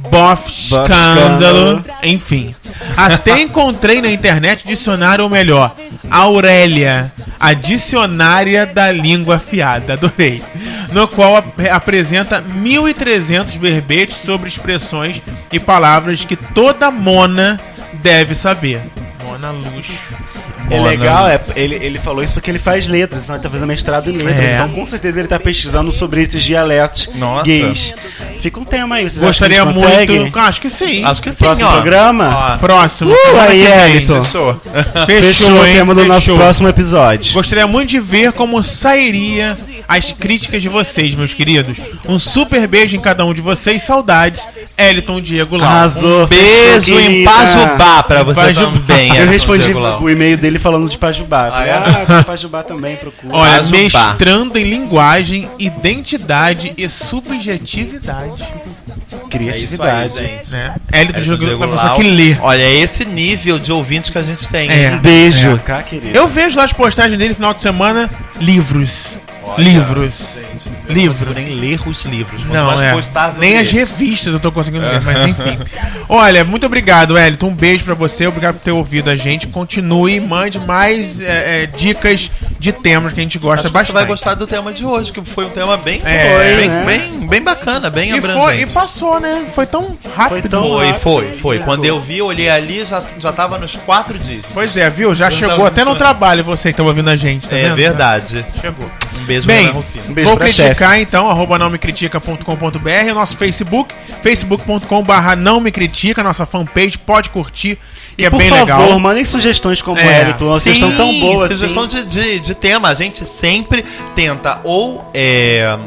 A: Bof Escândalo,
C: Escândalo.
A: enfim. Até encontrei na internet dicionário, ou melhor, Aurélia, a dicionária da língua afiada, adorei. No qual ap apresenta 1.300 verbetes sobre expressões e palavras que toda mona deve saber. Mona luxo.
C: É
A: Mona
C: legal, é, ele, ele falou isso porque ele faz letras, então ele tá fazendo mestrado em letras,
A: É.
C: então com certeza ele tá pesquisando sobre esses dialetos
B: Nossa.
C: gays. Fica um tema aí, vocês
A: Gostaria
C: acham que a gente consegue?
A: muito. Ah, Acho que sim.
B: Acho que sim,
C: Próximo
B: ó. Ah.
C: programa?
A: Próximo.
C: Uh,
A: semana
C: aí,
A: que vem.
C: Elton.
B: Fechou.
A: Fechou,
C: Fechou,
A: hein?
C: o tema do nosso
A: Fechou.
C: próximo episódio.
A: Gostaria muito de ver como sairia as críticas de vocês, meus queridos. Um super beijo em cada um de vocês. Saudades, Eliton Diego Lau.
C: Arrasou,
B: um Beijo
C: fechou,
B: em
C: querida.
B: Pajubá pra você
A: Pajubá.
B: também.
C: Eu respondi
B: Diego Lau.
C: o e-mail dele falando de Pajubá. Falei,
B: é?
C: ah, tem Pajubá também, procura.
A: Olha,
B: Arrasou,
A: mestrando em linguagem, identidade e subjetividade.
C: Ah,
B: é
C: criatividade.
A: Né? Eliton
B: Elton
A: Diego Lau
B: Diego
A: é uma pessoa
B: Lau.
A: que lê.
B: Olha, é esse nível de ouvinte que a gente tem.
A: É.
C: um beijo.
A: É.
C: Cá, querido.
A: Eu vejo lá as postagens dele no final de semana, livros.
B: Olha,
A: livros.
B: gente, eu não
A: livros.
B: consigo nem ler os livros. quanto
A: Não,
B: mais
A: é.
B: postar, eu
A: Nem
B: leio.
A: as revistas eu tô conseguindo ler,
B: É.
A: mas
B: [LAUGHS]
A: enfim. Olha, muito obrigado, Elton. Um beijo pra você, obrigado por ter ouvido a gente. Continue, mande mais é, é, dicas de temas que a gente
B: Acho
A: gosta
B: que você
A: bastante.
B: vai gostar do tema de hoje, que foi um tema bem,
A: É,
B: foi, bem,
C: né?
B: bem, bem bacana, bem
A: e, foi, e
B: abrangente.
A: passou, né? Foi então, tão rápido.
C: Foi tão-
B: Foi, foi,
C: rápido,
B: foi.
C: né?
B: Quando eu vi, eu olhei ali, já, já tava nos quatro dias.
A: Pois é, viu? Já
B: Eu
A: chegou
B: tava
A: até no
B: pensando.
A: trabalho você que tá ouvindo a gente, tá
B: é
A: vendo?
B: verdade.
A: Chegou.
B: Um beijo,
A: Bem,
B: Renan Rufino.
C: Um beijo
A: Vou
C: pra
A: criticar então, arroba não me critica.com.br, nosso Facebook, facebook.com barra não me critica, nossa fanpage, pode curtir, que é
C: Por
A: bem
C: favor,
A: legal.
C: mandem sugestões como
A: É.
C: é. Elton. Uma sugestão tão boa assim.
B: Sugestão de, de, de tema. A gente sempre tenta ou é,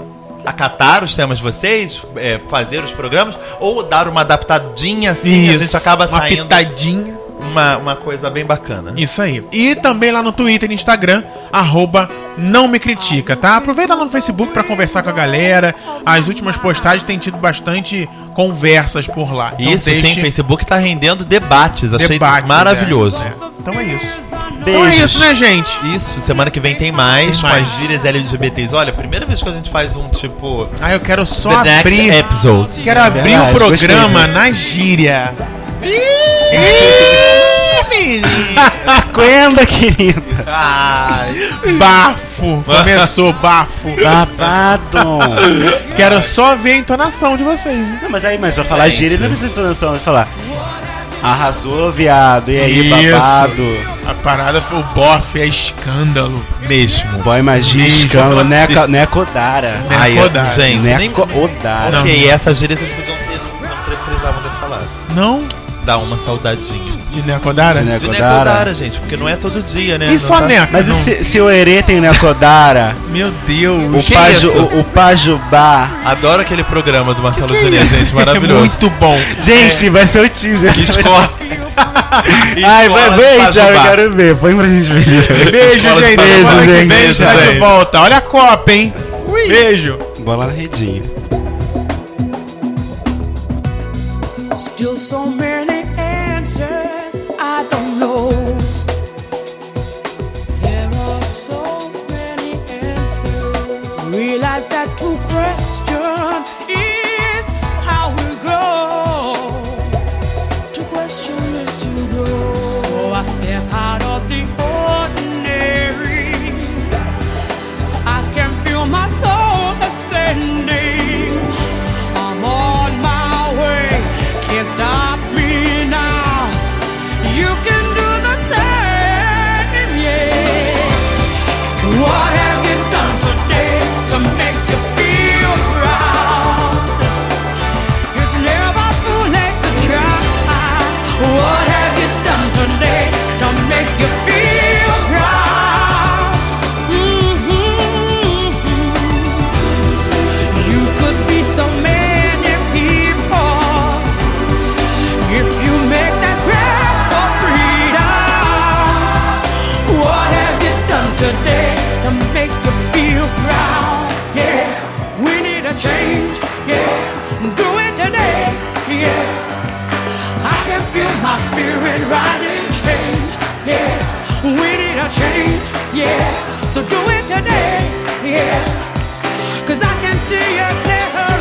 B: acatar os temas de vocês, é, fazer os programas, ou dar uma adaptadinha assim. A gente acaba
A: uma
B: saindo.
A: pitadinha.
B: uma, uma coisa bem bacana.
A: Isso aí. E também lá no Twitter e no Instagram, arroba não me critica, tá? Aproveita lá no Facebook pra conversar com a galera. As últimas postagens têm tido bastante conversas por lá. Então
B: Isso
A: deixe-
B: sim, Facebook tá rendendo debates, achei
A: Debates,
B: maravilhoso.
A: é, é. Então é isso. Então é
C: Beijos.
A: isso, né, gente?
B: Isso, semana que vem tem mais,
A: Tem
B: com
A: mais.
B: as gírias LGBTs. Olha, primeira vez que a gente faz um tipo.
A: Ah, eu quero só
B: The next é
A: abrir.
B: episode.
A: Quero abrir
C: Verdade,
A: o programa
C: gostei disso.
A: na gíria.
C: Aguenta, querida.
B: Ai.
A: Bafo. Começou, bafo.
C: Babado.
A: Quero só ver a entonação de vocês. hein?
C: Não, mas aí, mas vai falar gíria, não precisa de entonação, vai falar. Arrasou, viado, e aí,
A: Isso.
C: babado.
A: A parada foi o bofe, é escândalo.
B: Mesmo.
C: Boy magia,
A: Beijo,
C: escândalo, é
A: vou falar
C: Neca, Neco Odara.
A: Neco
B: Ai,
A: Odara.
B: gente, nem...
C: Neco é Odara.
A: Não.
B: Ok, essas gírias vocês podiam ter, não pre- precisavam ter falado.
A: Não?
B: Dá uma saudadinha.
A: De Necodara?
C: De Neco
B: De
C: Odara.
B: Necodara, gente, porque não é todo dia, né?
A: E só
B: é Não
A: Neco?
C: Mas e
A: não.
C: se, se o Erê tem Neco Odara,
A: Meu Deus. é
C: o,
B: Que
C: Paju,
B: isso?
C: o, o Pajubá.
B: Adoro aquele programa do Marcelo Diné,
A: [LAUGHS]
B: gente,
A: É
B: maravilhoso.
A: muito bom.
C: Gente, vai ser o teaser.
B: Escola.
C: É Ai, vai
B: Escola
C: ver,
B: do
C: então, eu
B: Pajubá.
C: quero ver. Põe pra
A: [LAUGHS]
C: gente ver.
A: Beijo,
B: Escola de
A: gente.
C: Beijo,
A: Semana que
C: gente.
A: vem a gente tá de
B: Beijo.
A: volta. Olha a Copa, hein? Beijo.
C: Bola na redinha.
D: Still so many answers I don't know. There are so many answers. Realize that to question is how we grow. To question is to grow. So I step out of the ordinary. I can feel my soul ascending. I'm on my way. Can't stop me now. You can do the same, yeah. What have you done today to make you feel proud? It's never too late to try. What have you done today to make you feel proud? hmm you could be so many people if you make that grab for freedom. What have you done today to make you feel proud? Yeah, we need a change. Yeah, do it today. Yeah, I can feel my spirit rising. Change. Yeah, we need a change. Yeah, so do it today. Yeah. Cause I can see you clear.